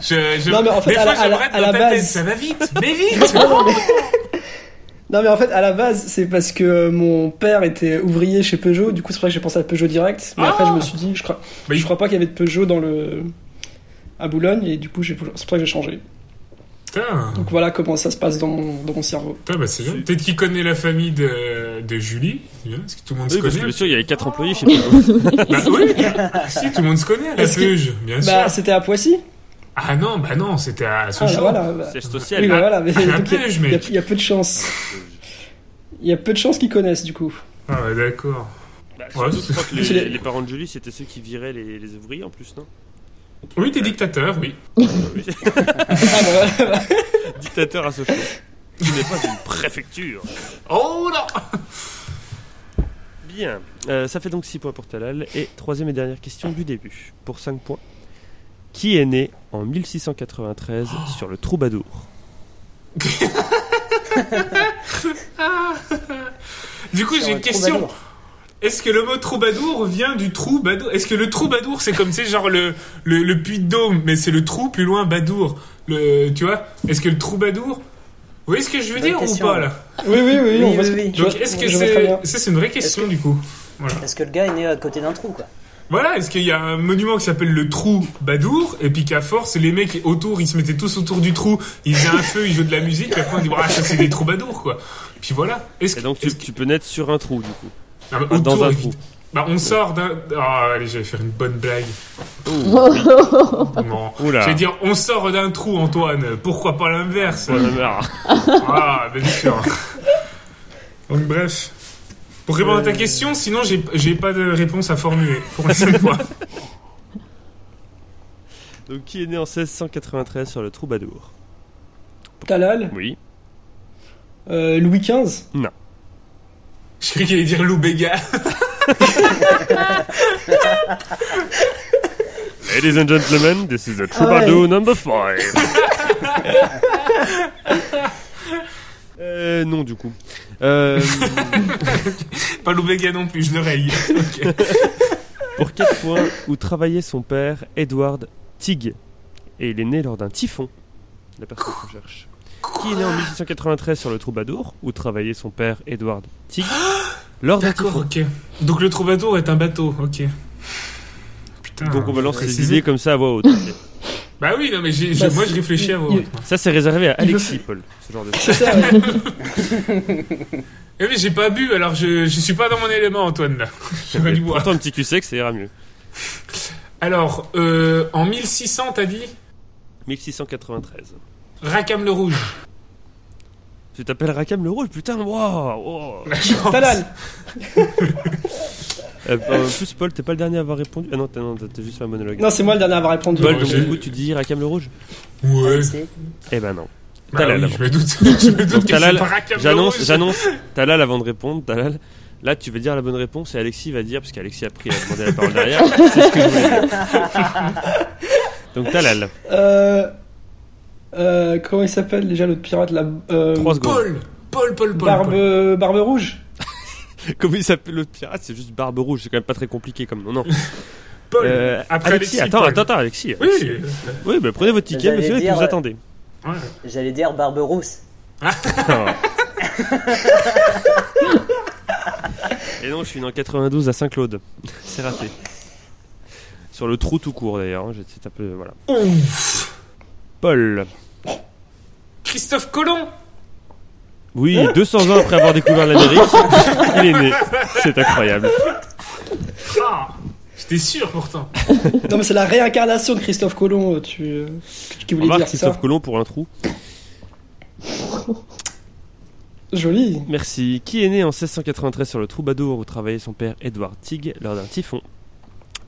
S4: Je- je-
S5: Non, mais en fait,
S4: des
S5: à
S4: fois,
S5: la- à la-
S4: j'aimerais être
S5: à
S4: dans
S5: la
S4: ta
S5: base-
S4: tête, ça va vite, mais vite
S5: Non mais en fait, à la base, c'est parce que euh, mon père était ouvrier chez Peugeot, du coup c'est vrai que j'ai pensé à Peugeot direct, mais
S2: Ah
S5: après je me suis dit, je crois,
S4: Bah, il-
S5: je crois pas qu'il y avait de Peugeot dans le... à Boulogne, et du coup j'ai- c'est pour ça que j'ai changé.
S4: Putain,
S5: Donc voilà comment ça se passe dans mon, dans mon cerveau.
S4: putain, bah, c'est bien. Peut-être qu'il connaît la famille de, de Julie, c'est bien, parce que tout le monde
S1: Oui,
S4: se
S1: parce que
S4: connaît.
S1: bien sûr, il y avait 4 employés chez Peugeot.
S4: Bah oui, si, tout le monde se connaît, la
S5: Est-ce que-
S4: Peuge, bien
S5: Bah
S4: sûr.
S5: c'était à Poissy
S4: Ah non, bah non, c'était à
S5: Ah,
S4: Sochaux.
S5: voilà, bah.
S1: Siège
S5: Oui,
S1: social.
S5: bah voilà, mais
S4: c'est un
S5: donc, il y a-
S4: piège,
S5: il y, a-
S4: mec.
S5: il y a peu de chance. Il y a peu de chances qu'ils connaissent du coup.
S4: Ah ouais, d'accord.
S1: Bah,
S4: Ouais,
S1: surtout, je crois que
S5: c'est-
S1: les, les parents de Julie, c'était ceux qui viraient les, les ouvriers en plus, non
S4: Oui, t'es dictateur, oui.
S5: Ah, bah, voilà.
S1: Dictateur à Sochaux. Qui n'est pas une préfecture.
S4: Oh là
S1: Bien. Euh, ça fait donc 6 points pour Talal. Et troisième et dernière question du début, pour 5 points. Qui est né en 1693
S4: Oh.
S1: sur le Troubadour
S4: Du coup, j'ai
S2: Sur
S4: une
S2: un
S4: question.
S2: troubadour.
S4: Est-ce que le mot troubadour vient du trou badour Est-ce que le trou badour, c'est comme, tu sais, genre le, le, le puits de Dôme, mais c'est le trou plus loin badour le, Tu vois Est-ce que le troubadour Vous voyez ce que je veux
S2: Bonne
S4: dire
S2: question.
S4: ou pas, là
S5: Oui, oui, oui,
S2: Oui,
S5: on voit
S2: oui,
S5: ce-
S2: oui.
S5: je
S4: Donc,
S5: vois-
S4: est-ce que
S5: je vois très
S4: c'est...
S5: bien.
S4: Ça, c'est une vraie question, du coup. Voilà.
S2: Est-ce que le gars est né à côté d'un trou, quoi
S4: Voilà, est-ce qu'il y a un monument qui s'appelle le trou Badour Et puis qu'à force, les mecs autour, ils se mettaient tous autour du trou, ils faisaient un feu, ils jouaient de la musique, et après on dit, ah, ça c'est des trous Badour, quoi. Puis voilà. Est-ce
S1: Et
S4: que-
S1: donc tu,
S4: est-ce que-
S1: tu peux naître sur un trou du coup.
S4: Ah, bah,
S1: Pas dans
S4: autour,
S1: un
S4: évidemment.
S1: trou.
S4: Bah, on sort d'un. Ah, allez, j'allais faire une bonne blague. Oh. Non.
S1: Oula.
S4: J'allais dire, on sort d'un trou, Antoine. Pourquoi pas l'inverse
S1: Ouais, merde.
S4: Ah, bien sûr. Donc, bref. Pour répondre à ta question, sinon, j'ai- j'ai pas de réponse à formuler pour la seule fois.
S1: Donc qui est né en 1693 sur le Troubadour
S5: Talal,
S1: Oui.
S5: euh, Louis XV,
S4: Je croyais qu'il allait dire Lou Béga.
S1: Ladies and gentlemen, this is the Troubadour number 5. euh, non, du coup. Euh,
S4: Pas Lou Béga non plus, je le raye. Ok.
S1: pour 4 points, où travaillait son père, Edward Tig. Et il est né lors d'un typhon. La personne qu'on cherche. Qui est né en 1693 sur le Troubadour, où travaillait son père, Edward Tig.
S5: Oh,
S1: Lors
S5: bah,
S1: d'un
S4: D'accord, ok. Donc le troubadour est un bateau, ok. Putain.
S1: typhon. Donc on balance
S4: précisez.
S1: les idées comme ça à voix haute. ok.
S4: Bah oui, non, mais j'ai- j'ai-
S5: Bah,
S4: moi
S5: c'est-
S4: je réfléchis à vos.
S5: il-
S1: Ça, c'est réservé à
S5: Il veut
S1: Alexis, Paul. Ce genre de
S5: c'est ça. ouais.
S4: Eh mais j'ai pas bu, alors je, je suis pas dans mon élément, Antoine, là. J'aurais dû boire.
S1: Pourtant, un petit cul sec, ça ira mieux.
S4: Alors, euh, en 1600, t'as dit
S1: 1693.
S4: Racam le Rouge.
S1: Tu t'appelles Rakam le Rouge, putain, waouh waouh.
S4: La chance.
S5: Talal,
S1: Euh, En plus, Paul, t'es pas le dernier à avoir répondu. Ah non, t'as non, t'as- t'as juste fait un monologue.
S5: non c'est moi le dernier à avoir répondu.
S1: Paul,
S4: Non,
S1: donc
S4: j'ai-
S1: du coup, tu dis Rakam le Rouge
S4: Ouais.
S2: Alexis
S1: Eh ben non.
S4: Bah
S1: Talal,
S4: oui,
S1: avant.
S4: je me doute. Je me doute
S1: Donc,
S4: que c'est
S1: Talal,
S4: pas Racam le
S1: J'annonce,
S4: Rouge.
S1: j'annonce. Talal, avant de répondre, Talal. Là, tu vas dire la bonne réponse et Alexis va dire, parce qu'Alexis a pris, a demandé la parole derrière. C'est ce que je voulais dire. Donc, Talal,
S5: Euh, euh, comment il s'appelle déjà l'autre pirate là euh,
S1: 3 secondes.
S4: Paul. Paul, Paul, Paul.
S5: barbe,
S4: Paul.
S5: barbe rouge
S1: Comment il s'appelle l'autre pirate C'est juste Barbe Rouge, c'est quand même pas très compliqué comme nom. Non.
S4: Paul.
S1: Euh,
S4: Après Alexis,
S1: attends,
S4: Paul.
S1: attends, attends, Alexis. Alexis.
S4: Oui.
S1: Oui, bah, prenez votre ticket,
S2: J'allais
S1: monsieur, et puis
S2: dire,
S1: vous
S2: euh,
S1: attendez.
S4: Ouais.
S2: J'allais dire Barberousse.
S1: Et non, je suis né en 92 à Saint-Claude. C'est raté. Sur le trou tout court d'ailleurs. hein, j'ai- C'est un peu. Voilà.
S4: Ouf.
S1: Paul.
S4: Christophe Colomb.
S1: Oui, 200 ans après avoir découvert l'Amérique, il est né. C'est incroyable.
S4: Ah. J'étais sûr pourtant.
S5: Non, mais c'est la réincarnation de Christophe Colomb, euh, tu, euh, qui- qui voulait
S1: Remarque
S5: dire
S1: Christophe
S5: ça.
S1: Colomb pour un trou.
S5: Joli.
S1: Merci. Qui est né en 1693 sur le Troubadour où travaillait son père Édouard Tigue lors d'un typhon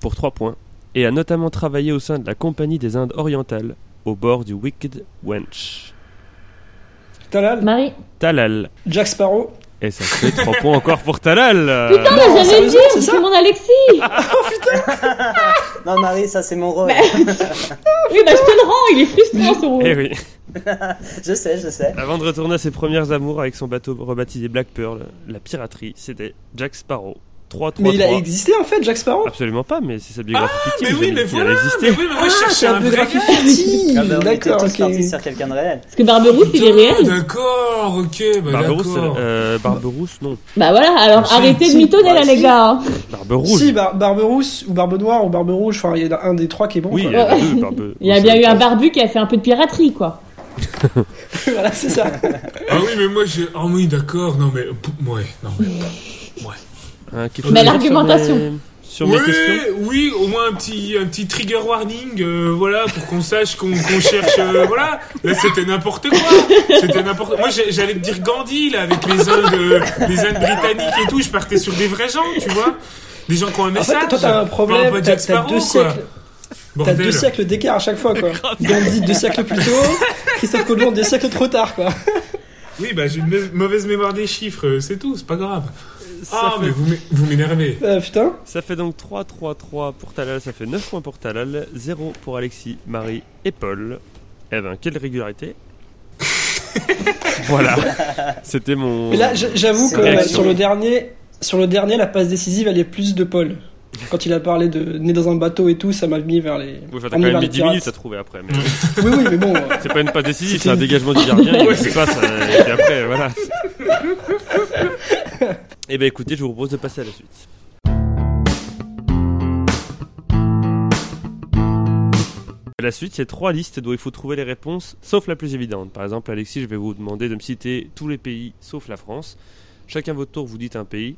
S1: pour 3 points et a notamment travaillé au sein de la Compagnie des Indes orientales au bord du Wicked Wench.
S5: Talal,
S3: Marie.
S1: Talal.
S5: Jack Sparrow.
S1: Et ça fait 3 points encore pour Talal. euh,
S3: Putain, mais j'avais
S5: sérieusement,
S3: dit,
S5: c'est ça
S3: c'est mon Alexis
S4: Ah,
S2: Non, Marie, ça c'est mon rôle.
S3: Bah, Oui, bah je te le rends, il est frustrant ce rôle.
S1: Eh oui.
S2: Je sais, je sais.
S1: Avant de retourner à ses premières amours avec son bateau rebaptisé Black Pearl, la piraterie, c'était Jack Sparrow. 3 3
S5: Mais il a existé en fait, Jack Sparrow
S1: Absolument pas, mais c'est sa biographie fictive.
S4: mais
S1: vous
S4: oui,
S1: avez
S4: mais
S1: dit, elle
S4: voilà,
S1: existait.
S4: Mais oui, mais moi je cherchais
S5: Ah, c'est
S4: un vrai
S5: biographie
S4: gars.
S5: fictive.
S2: Ah bah, on était
S5: D'accord,
S2: tous
S5: ok.
S2: partis sur quelqu'un de réel.
S3: Parce que Barberousse, il est réel.
S4: Ah, D'accord, ok, bah
S1: Barberousse,
S4: d'accord.
S1: euh, Barberousse, non.
S3: Bah voilà, alors
S5: Si,
S3: arrêtez
S5: si,
S3: de mitonner là,
S5: bah,
S3: les
S5: si.
S3: gars. hein.
S1: Barberousse.
S5: Si, bah. Bar- Barbe Rousse ou Barbe Noire ou Barbe Rouge, enfin il y en a un des trois qui est bon.
S1: Oui, il y
S5: quoi.
S1: en a deux, Barbe-
S3: Il y a bien eu un barbu qui a fait un peu de piraterie, quoi.
S5: voilà, c'est ça.
S4: Ah oui, mais moi j'ai. Ah oui, d'accord, non mais. p- Ouais, non mais.
S1: Hein, quelque chose
S3: Mais
S1: à dire
S3: l'argumentation.
S1: Sur mes, sur mes questions
S4: oui, oui, au moins un petit, un petit trigger warning, euh, voilà, pour qu'on sache qu'on qu'on cherche. euh, voilà, là c'était n'importe quoi. C'était n'importe Moi j'ai- j'allais te dire Gandhi, là, avec les Indes, euh, les Indes britanniques et tout, je partais sur des vrais gens, tu vois. Des gens qui ont un
S5: En
S4: message.
S5: fait, toi t'as un
S4: Pas-
S5: problème,
S4: pas
S5: t'as
S4: Jack
S5: t'as
S4: Sparrow,
S5: deux
S4: quoi.
S5: siècles, t'as
S4: Bordel.
S5: deux siècles d'écart à chaque fois quoi. Gandhi deux siècles plus tôt, Christophe Colomb deux siècles trop tard quoi.
S4: Oui, bah j'ai une mauvaise- mauvaise mémoire des chiffres, euh, c'est tout, c'est pas grave.
S1: ça,
S4: Ah, mais
S1: fait,
S4: vous m'é- vous m'énervez.
S5: Euh, putain.
S1: ça fait donc 3-3-3 pour Talal, ça fait 9 points pour Talal, 0 pour Alexis, Marie et Paul. Eh ben, quelle régularité Voilà, c'était mon...
S5: Mais là j- j'avoue
S2: C'est
S5: que euh,
S1: réaction.
S5: sur le dernier, sur le dernier la passe décisive elle est plus de Paul. Quand il a parlé de né dans un bateau et tout, ça m'a mis vers les.
S1: Oui, enfin, t'as quand même
S5: emmené vers
S1: mis
S5: les
S1: 10 minutes à
S5: pirates.
S1: trouver après, mais
S5: Oui, oui, mais bon. euh,
S1: c'est pas une passe décisive,
S5: C'était
S1: c'est un
S5: une-
S1: dégagement du gardien, il
S4: Ouais.
S1: se passe, euh, et puis après, voilà. Eh ben écoutez, je vous propose de passer à la suite. La suite, c'est trois listes dont il faut trouver les réponses, sauf la plus évidente. Par exemple, Alexis, je vais vous demander de me citer tous les pays sauf la France. Chacun votre tour, vous dites un pays.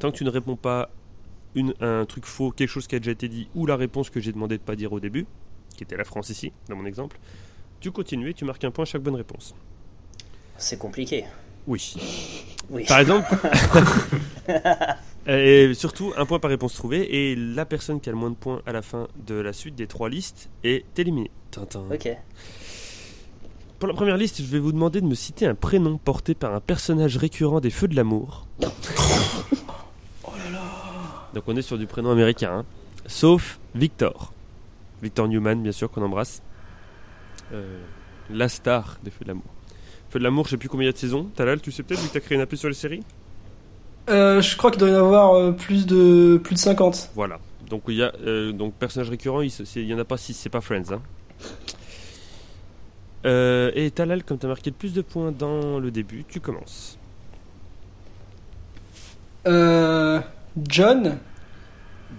S1: Tant que tu ne réponds pas une- un truc faux, quelque chose qui a déjà été dit, ou la réponse que j'ai demandé de pas dire au début, qui était la France ici, dans mon exemple, tu continues et tu marques un point à chaque bonne réponse.
S2: C'est compliqué.
S1: Oui.
S2: Oui.
S1: Par exemple. et surtout, un point par réponse trouvée. Et la personne qui a le moins de points à la fin de la suite des trois listes est éliminée. Tintin.
S2: Ok.
S1: Pour la première liste, je vais vous demander de me citer un prénom porté par un personnage récurrent des Feux de l'amour. Donc on est sur du prénom américain. hein. Sauf Victor. Victor Newman, bien sûr, qu'on embrasse. Euh, la star des Feux de l'amour. Feux de l'amour, je sais plus combien il y a de saisons. Talal, tu sais peut-être, vu que t'as créé une appui sur les séries
S5: Euh, je crois qu'il doit y en avoir euh, plus de plus de 50.
S1: Voilà. Donc il y a euh, donc personnage récurrent, il se- c'est- il y en a pas six, c'est pas Friends. hein. Euh, et Talal, comme t'as marqué le plus de points dans le début, tu commences.
S5: Euh, John,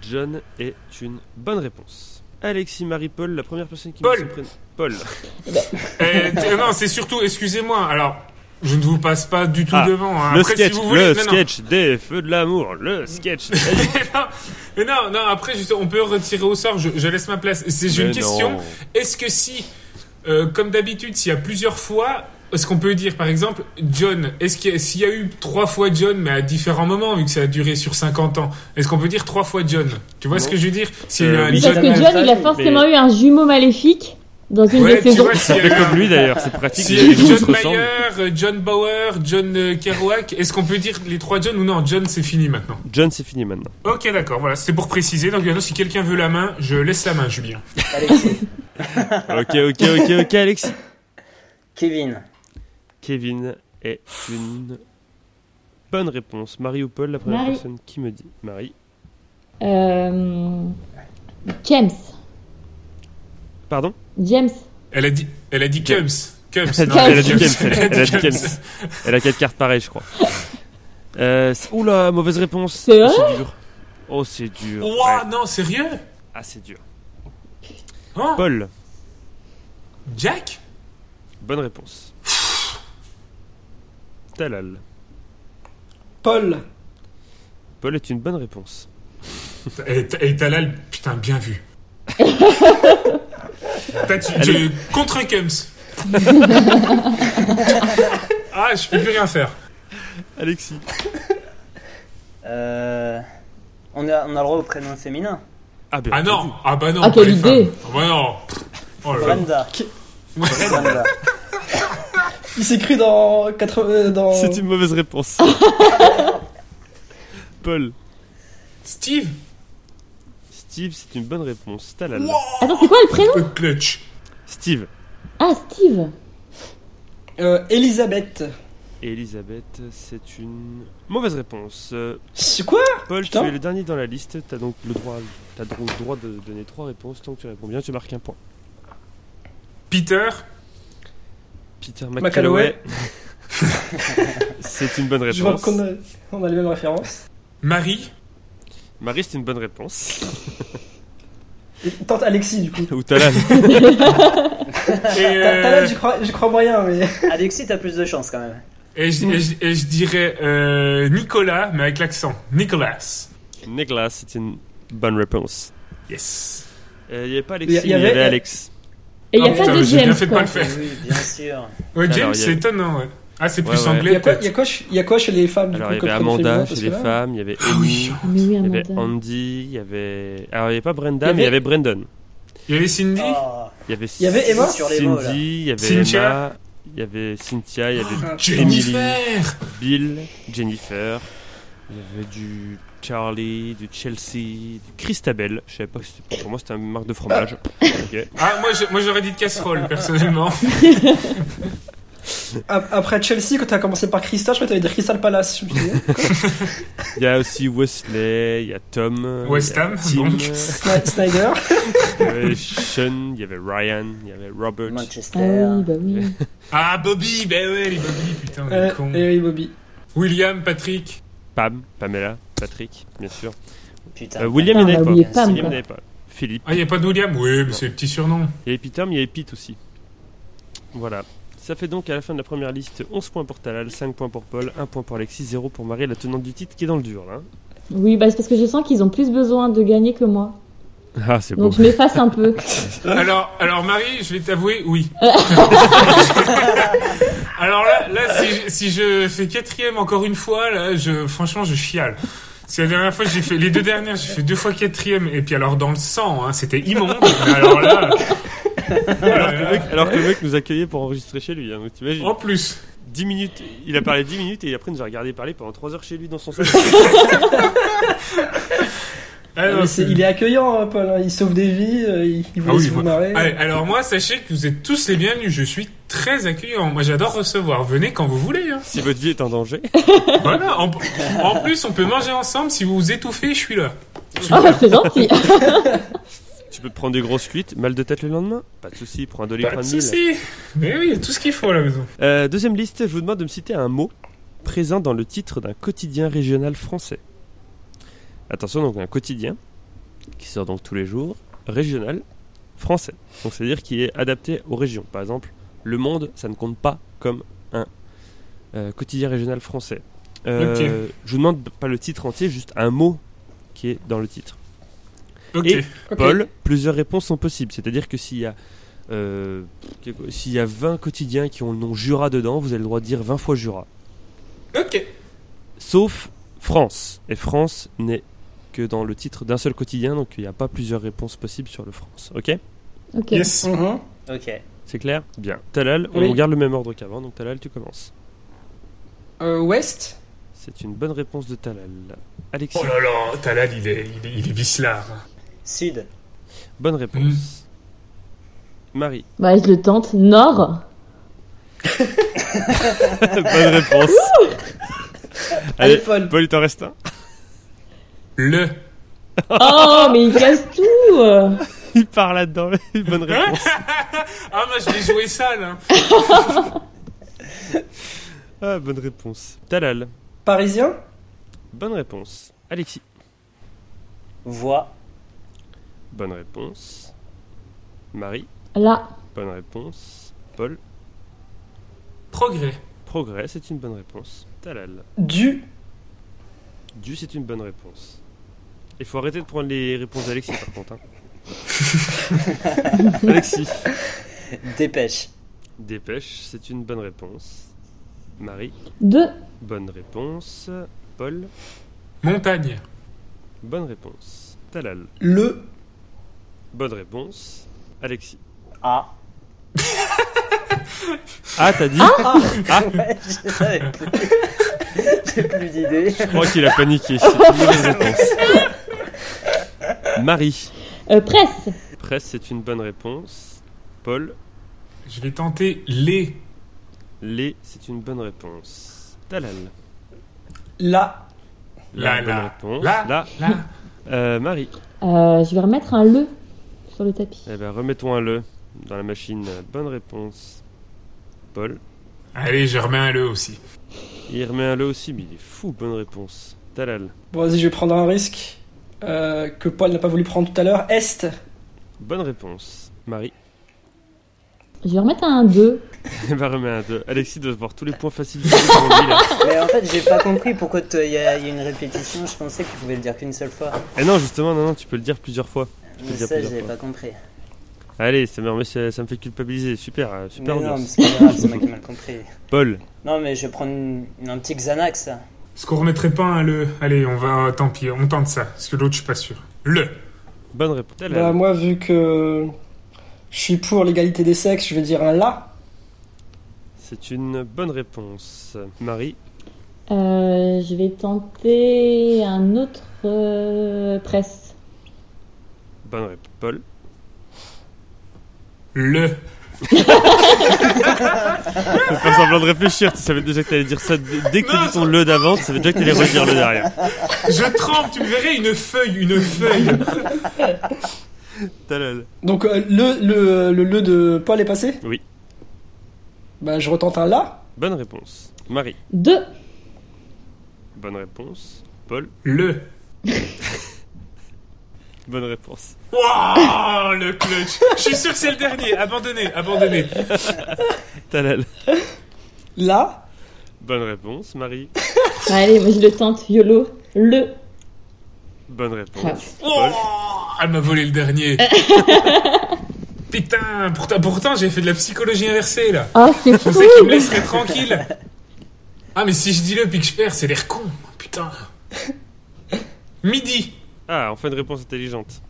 S1: John est une bonne réponse. Alexis Marie-Paul, la première personne qui
S4: Paul.
S1: me prénom. Paul.
S4: Euh, t- non, c'est surtout, excusez-moi, alors, je ne vous passe pas du tout
S1: Ah,
S4: devant. hein.
S1: le
S4: Après,
S1: sketch,
S4: si vous voulez, Mmh.
S1: le
S4: non, non.
S1: sketch des feux de l'amour, le sketch. Vas-y.
S4: Non, mais non, non, après, juste, on peut retirer au sort, je, je laisse ma place. C'est j'ai une
S1: Mais
S4: question.
S1: non.
S4: Est-ce que si, euh, comme d'habitude, s'il y a plusieurs fois, est-ce qu'on peut dire, par exemple, John, est-ce qu'il y a- s'il y a eu trois fois John, mais à différents moments, vu que ça a duré sur 50 ans, est-ce qu'on peut dire trois fois John Tu vois
S1: Non.
S4: ce que je veux dire S'il y a eu
S1: Euh,
S4: un
S1: oui,
S3: Parce
S4: John,
S3: que
S4: mais-
S3: John, il a forcément eu un jumeau maléfique dans une
S4: Ouais,
S3: des
S4: tu
S3: saisons.
S4: vois, s'il y a eu un-
S1: Comme lui d'ailleurs, c'est pratique.
S4: Si
S1: les gens se
S4: John
S1: ressemblent.
S4: Mayer, euh, John Bauer, John euh, Kerouac, est-ce qu'on peut dire les trois John ou non John, c'est fini maintenant.
S1: John, c'est fini maintenant.
S4: Ok, d'accord, voilà, c'était pour préciser. Donc, maintenant, si quelqu'un veut la main, je laisse la main, Julien.
S2: Alexis.
S1: ok, ok, ok, ok, Alexis.
S2: Kevin.
S1: Kevin est une bonne réponse. Marie ou Paul, la première
S3: Marie.
S1: personne qui me dit Marie.
S3: Euh, James.
S1: Pardon
S3: James.
S4: Elle a dit, elle a dit Cums. Cums.
S1: Elle
S4: non,
S1: a dit Kems,
S4: Cums.
S1: elle- elle a dit Kems. Elle a quatre cartes pareilles, je crois. Euh, c'est- oula, mauvaise réponse.
S3: C'est
S1: oh, c'est dur. Oh, c'est dur.
S4: Ouah,
S1: Ouais.
S4: non, sérieux
S1: Ah, c'est dur.
S4: Hein
S1: Paul,
S4: Jack
S1: bonne réponse. Talal.
S5: Paul,
S1: Paul est une bonne réponse.
S4: Et t- et Talal, putain, bien vu. T'as- tu- tu- contre un Kems. ah, je peux plus rien faire.
S1: Alexis.
S2: Euh, on, a, on a le droit au prénom féminin.
S1: bien
S4: Ah non,
S1: entendu.
S4: ah bah non.
S3: Ah,
S4: pas
S3: quelle
S4: les femmes.
S3: idée.
S4: Ah bah non. Oh là là.
S2: Brenda.
S4: Ouais.
S2: Brenda.
S5: Il s'écrit dans 80. Dans...
S1: C'est une mauvaise réponse. Paul.
S4: Steve
S1: Steve, c'est une bonne réponse. Talal.
S4: Wow
S3: Attends, c'est quoi le prénom
S4: Le clutch.
S1: Steve.
S3: Ah, Steve.
S5: Euh, Elisabeth.
S1: Elisabeth, c'est une mauvaise réponse. Euh,
S5: C'est quoi
S1: Paul,
S5: Putain.
S1: tu es le dernier dans la liste. T'as donc le droit, t'as donc le droit de donner trois réponses. Tant que tu réponds bien, tu marques un point.
S4: Peter
S1: Peter
S5: McCalloway.
S1: McCalloway. c'est une bonne
S5: Je vois
S1: réponse.
S5: qu'on a, on a les mêmes références.
S4: Marie
S1: Marie, c'est une bonne réponse.
S5: Et Tente Alexis, du coup.
S1: Ou Talal.
S4: Et,
S5: T'as t'as
S4: euh,
S5: là, j'y crois, j'y crois moyen, mais.
S2: Alexis, t'as plus de chance quand même.
S4: et je et je- et je dirais euh, Nicolas, mais avec l'accent. Nicolas.
S1: Nicolas, c'est une bonne réponse.
S4: Yes.
S1: Euh, Il n'y avait pas
S5: Il
S1: Alexis,
S5: y a-
S1: mais il y avait Alex.
S3: Et il
S4: Ah,
S3: n'y a pas
S4: putain,
S3: de
S4: mais j'ai bien
S3: James.
S4: fait de
S3: quoi.
S4: pas le faire.
S2: Oui, bien sûr.
S4: Ouais,
S1: Alors,
S4: James,
S1: il y a-
S4: c'est étonnant, ouais. Ah, c'est plus
S1: Ouais, ouais.
S5: Il y
S4: anglais,
S5: a quoi, il y a
S4: peut-être.
S5: quoi, chez- il y a quoi chez les femmes, du
S1: Alors, il
S5: coup,
S1: y avait
S5: comme prénom féminin,
S1: Amanda chez
S5: parce
S1: les
S5: que là-
S1: femmes, il y avait
S4: Ah oui.
S1: Amy,
S3: Mais
S1: il
S3: oui, Ah
S1: y
S4: ben,
S1: avait
S3: Amanda.
S1: Andy, il y avait. Alors, il n'y avait pas Brenda,
S5: Il y
S1: mais il y
S5: avait-
S1: avait Brandon.
S4: Il y avait Cindy
S2: Oh,
S1: Il y avait,
S5: Il y avait Emma
S1: Cindy,
S2: Sur les mots, là.
S1: il y avait
S4: Cynthia.
S1: Emma, il y avait Cynthia, il y avait
S4: Jennifer
S1: Bill, Jennifer, il y avait du Charlie, du Chelsea, du Christabel. Je savais pas que c'était pour moi, c'était une marque de fromage. Ok.
S4: Ah, moi, je- moi j'aurais dit de casserole, personnellement.
S5: Ap- Après Chelsea, quand t'as commencé par Crystal, je crois que t'avais dit Crystal Palace. Je me suis dit,
S1: Il y a aussi Wesley, il y a Tom,
S4: West
S1: il y a
S4: Ham,
S1: Tim,
S4: donc.
S5: Sni- Snyder.
S1: il y avait Sean, il y avait Ryan, il y avait Robert.
S3: Ah
S2: Manchester.
S3: oui, bah oui.
S4: Ah, Bobby Ben ouais, les Bobby, putain, les
S5: Ouais,
S4: cons.
S5: Euh, et oui, Bobby.
S4: William, Patrick.
S1: Pam, Pamela, Patrick, bien sûr.
S2: Putain.
S1: Euh, William, il n'y en avait
S3: Putain, on a
S1: pas.
S3: oublié Pam,
S1: William, il
S3: quoi.
S1: n'y en avait pas. Philippe.
S4: Ah, il n'y a pas de William Oui, mais
S1: Non.
S4: c'est le petit surnom.
S1: Il y avait Peter, mais il y avait Pete aussi. Voilà. Ça fait donc à la fin de la première liste 11 points pour Talal, 5 points pour Paul, 1 point pour Alexis, 0 pour Marie, la tenante du titre qui est dans le dur là.
S3: Oui, bah c'est parce que je sens qu'ils ont plus besoin de gagner que moi.
S1: Ah, c'est
S3: Donc je m'efface un peu.
S4: Alors, alors Marie, je vais t'avouer, oui. alors là, là si, je, si je fais quatrième encore une fois, là, je, franchement, je chiale. C'est la dernière fois, que j'ai fait les deux dernières, j'ai fait deux fois quatrième, et puis alors dans le sang, hein, c'était immonde. mais alors là, euh,
S1: Alors que, le mec, alors que le mec nous accueillait pour enregistrer chez lui. hein, donc t'imagines,
S4: en plus,
S1: 10 minutes, il a parlé 10 minutes et après il nous a regardé parler pendant 3 heures chez lui dans son salon.
S4: Ah non,
S5: Euh, Mais c'est- il est accueillant, hein, Paul. hein. Il sauve des vies, euh, il, il vous
S4: Ah oui,
S5: laisse vous
S4: moi-
S5: marrer.
S4: Allez, alors moi, sachez que vous êtes tous les bienvenus. Je suis très accueillant. Moi, j'adore recevoir. Venez quand vous voulez. hein.
S1: si votre vie est en danger.
S4: Voilà. En, en plus, on peut manger ensemble. Si vous vous étouffez, je suis là.
S3: Ah, bah, c'est gentil.
S1: Tu peux te prendre des grosses cuites, mal de tête le lendemain Pas de soucis, prends un
S4: Pas de
S1: doliprane 1000.
S4: soucis. Bah, Mais oui, il y a tout ce qu'il faut à la maison.
S1: Euh, deuxième liste, je vous demande de me citer un mot présent dans le titre d'un quotidien régional français. Attention, donc un quotidien qui sort donc tous les jours, régional français. Donc c'est-à-dire qui est adapté aux régions. Par exemple, Le Monde, ça ne compte pas comme un euh, quotidien régional français. Euh, Je vous demande pas le titre entier, juste un mot qui est dans le titre.
S4: Ok.
S1: Et-
S5: Ok.
S1: Paul, plusieurs réponses sont possibles. C'est-à-dire que s'il y a euh, quelque- s'il y a 20 quotidiens qui ont le nom Jura dedans, vous avez le droit de dire 20 fois Jura.
S4: Ok.
S1: Sauf France. Et France n'est que dans le titre d'un seul quotidien, donc il n'y a pas plusieurs réponses possibles sur le France. Ok
S3: Ok.
S4: Yes.
S5: Mhm.
S2: Ok.
S1: C'est clair Bien. Talal, on
S5: Oui.
S1: garde le même ordre qu'avant, donc Talal, tu commences.
S5: Euh, West
S1: C'est une bonne réponse de Talal. Alexis,
S4: Oh là là, Talal, il est, il est, il est vicelard.
S2: Sud.
S1: bonne réponse. Marie,
S3: Bah je le tente. Nord.
S1: bonne réponse.
S5: Allez,
S1: Allez,
S5: Paul.
S1: Paul, il t'en reste un
S4: Le.
S3: Oh, mais il casse tout.
S1: Il part là-dedans, bonne réponse.
S4: Ah, moi, je vais jouer sale. hein.
S1: Ah, bonne réponse. Talal,
S5: Parisien
S1: bonne réponse. Alexis,
S2: Voix.
S1: bonne réponse. Marie,
S3: Là.
S1: bonne réponse. Paul,
S4: Progrès.
S1: progrès, c'est une bonne réponse. Talal,
S5: Du
S1: du, c'est une bonne réponse. Il faut arrêter de prendre les réponses d'Alexis par contre. hein. Alexis,
S2: Dépêche.
S1: dépêche, c'est une bonne réponse. Marie,
S3: 2.
S1: bonne réponse. Paul,
S4: Montagne.
S1: bonne réponse. Talal,
S5: Le.
S1: bonne réponse. Alexis.
S2: Ah.
S1: Ah, t'as dit
S2: Ah Ouais, je savais plus. J'ai plus d'idées.
S1: Je crois qu'il a paniqué. C'est une mauvaise réponse. Marie,
S3: Euh, presse.
S1: presse, c'est une bonne réponse. Paul,
S4: Je vais tenter les.
S1: les, c'est une bonne réponse. Talal,
S5: La.
S1: la
S4: La,
S1: bonne
S4: la,
S1: réponse.
S4: la,
S1: Là.
S4: Là.
S1: Euh, Marie,
S3: Euh, je vais remettre un le sur le tapis.
S1: eh ben, remettons un le dans la machine. Bonne réponse. Paul,
S4: Allez, je remets un le aussi.
S1: il remet un le aussi, mais il est fou. Bonne réponse. Talal,
S5: Bon, vas-y, je vais prendre un risque euh, que Paul n'a pas voulu prendre tout à l'heure. Est.
S1: bonne réponse. Marie,
S3: Je vais remettre un 2.
S1: eh ben, remet un deux. Alexis doit voir tous les points facilités pour lui là.
S2: Mais en fait, j'ai pas compris pourquoi il y, a y a une répétition. Je pensais que tu pouvais le dire qu'une seule fois.
S1: Eh non, justement, non, non, tu peux le dire plusieurs fois. peux
S2: Mais
S1: le dire
S2: ça,
S1: plusieurs
S2: j'ai
S1: fois.
S2: pas compris.
S1: Allez, ça me, remet- ça, ça me fait culpabiliser. Super, euh, super
S2: mais non,
S1: ambiance.
S2: mais c'est pas grave, c'est moi qui ai mal compris.
S1: Paul,
S2: Non, mais je vais prendre une- un petit Xanax.
S4: Est-ce qu'on remettrait pas un le Allez, on va. Tant pis, on tente ça. Parce que l'autre, je suis pas sûr. Le.
S1: bonne réponse. Talal,
S5: Bah, moi, vu que je suis pour l'égalité des sexes, je vais dire un la.
S1: C'est une bonne réponse. Marie,
S3: Euh, je vais tenter un autre euh, presse.
S1: bonne réponse. Paul,
S4: Le.
S1: fais pas semblant de réfléchir. Tu savais déjà que t'allais dire ça dès dès que t'as dit ton le d'avant. Tu savais déjà que t'allais redire le derrière.
S4: Je trempe, tu me verrais une feuille, une feuille.
S1: Talal,
S5: Donc, euh, le, le, le le de Paul est passé
S1: Oui.
S5: Bah, je retente un la.
S1: bonne réponse. Marie,
S3: 2.
S1: bonne réponse. Paul,
S4: Le.
S1: bonne réponse.
S4: Waouh, le clutch. Je suis sûr que c'est le dernier. Abandonné, abandonné.
S1: Talal,
S5: La.
S1: bonne réponse. Marie,
S3: Allez, moi je le tente, YOLO. Le.
S1: bonne
S3: Ah,
S1: réponse.
S4: Oh, elle m'a volé le dernier. Putain, pourtant, pourtant j'ai fait de la psychologie inversée là.
S3: Ah, c'est
S4: Je
S3: fou
S4: pensais qu'il me laisserait tranquille. Ah, mais si je dis le puis que je perds, c'est l'air con. Putain. Midi.
S1: Ah, enfin une réponse intelligente.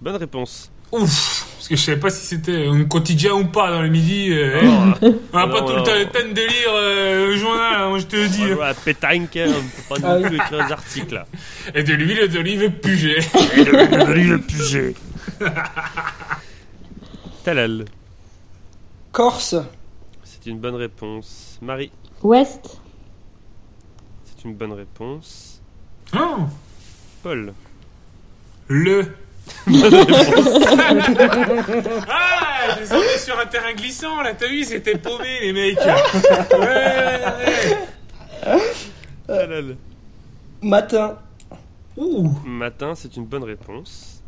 S1: Bonne réponse.
S4: Ouf. Parce que je savais pas si c'était un quotidien ou pas dans le midi. euh, hein.
S1: Oh,
S4: On a pas
S1: non,
S4: tout
S1: non.
S4: le temps le temps de lire euh, le journal, hein, je te le dis.
S1: on joue à pétanque, on peut pas non plus écrire des articles là.
S4: Et de l'huile d'olive pugée.
S1: Talal,
S5: Corse.
S1: c'est une bonne réponse. Marie,
S3: Ouest.
S1: c'est une bonne réponse.
S4: Oh,
S1: Paul,
S4: le.
S1: bonne réponse.
S4: Ah, je les emmenais sur un terrain glissant, là, t'as vu, ils étaient paumés, les mecs. Ouais, ouais, ouais.
S1: Talal.
S5: Matin.
S4: Ouh,
S1: Matin, c'est une bonne réponse.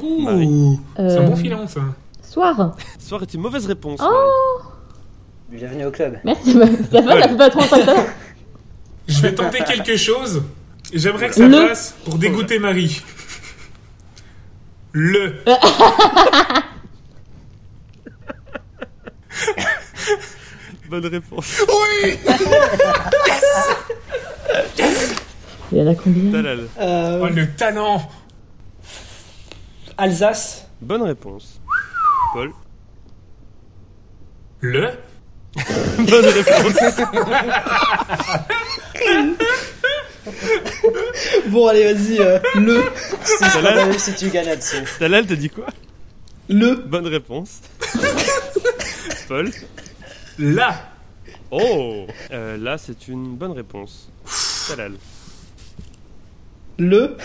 S4: ouh.
S1: Marie.
S4: C'est un
S3: Euh,
S4: bon filon, ça.
S3: Soir.
S1: Soir est une mauvaise réponse.
S3: Oh
S1: Marie.
S2: Bienvenue au club.
S3: Merci. Ça va, ça fait pas trop longtemps que ça va.
S4: Je vais tenter quelque chose. et J'aimerais que ça
S3: Le.
S4: passe pour dégoûter Marie. Le.
S3: Euh.
S1: Bonne réponse.
S4: Oui
S3: Il y en a combien
S1: Talal.
S5: Euh,
S4: Oh, le talent.
S5: Alsace.
S1: Bonne réponse. Paul.
S4: Le.
S1: Bonne réponse.
S5: Bon, allez, vas-y. euh, le.
S2: C'est scandaleux si tu gagnes là-dessus.
S1: Talal, t'as dit quoi
S5: Le.
S1: Bonne réponse. Paul.
S4: La.
S1: Oh Euh, Là, c'est une bonne réponse. Talal.
S5: Le.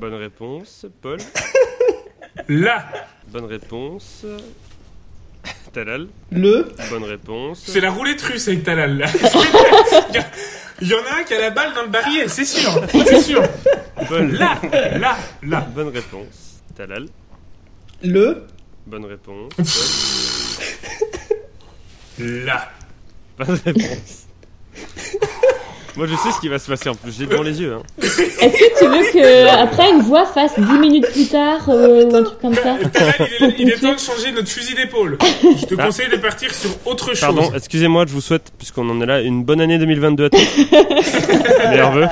S1: Bonne réponse. Paul.
S4: La.
S1: Bonne réponse. Talal.
S5: Le.
S1: Bonne réponse.
S4: C'est la roulette russe avec Talal, là. Il y en a un qui a la balle dans le baril, c'est sûr. C'est sûr.
S1: Paul.
S4: La. La. La.
S1: Bonne réponse. Talal.
S5: Le.
S1: Bonne réponse. Paul.
S4: La.
S1: Bonne réponse. Moi, je sais ce qui va se passer en plus. J'ai devant les yeux. hein.
S3: Est-ce que tu veux que après une voix fasse 10 minutes plus tard euh, ou un truc
S5: Ah.
S3: comme ça
S4: Talal, il, est, il est temps de changer notre fusil d'épaule. Je
S5: Ah.
S4: te conseille de partir sur autre chose.
S1: Pardon, excusez-moi, je vous souhaite, puisqu'on en est là, une bonne année 2022 à tous. Nerveux.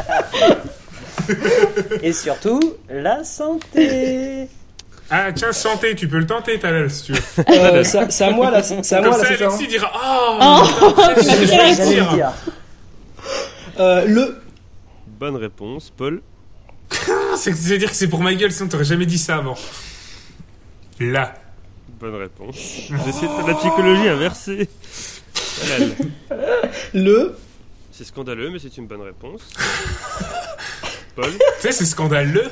S2: Et surtout, la santé.
S4: Ah tiens, santé, tu peux le tenter, Talal, si tu veux.
S5: Euh, c'est à- c'est à moi là, c'est c'est à
S4: Comme
S5: moi
S4: ça,
S5: là, c'est ça.
S4: Alexis dira Ah
S3: Oh,
S4: je vais
S2: J'allais
S4: le
S2: le
S4: dire.
S2: dire.
S5: hein. Euh, le.
S1: Bonne réponse, Paul.
S4: C'est- C'est-à-dire que c'est pour ma gueule, sinon t'aurais jamais dit ça avant. Là.
S1: Bonne réponse. J'essaie de faire de la psychologie inversée. Talal.
S5: Le.
S1: C'est scandaleux, mais c'est une bonne réponse. Paul.
S4: Tu sais, c'est scandaleux.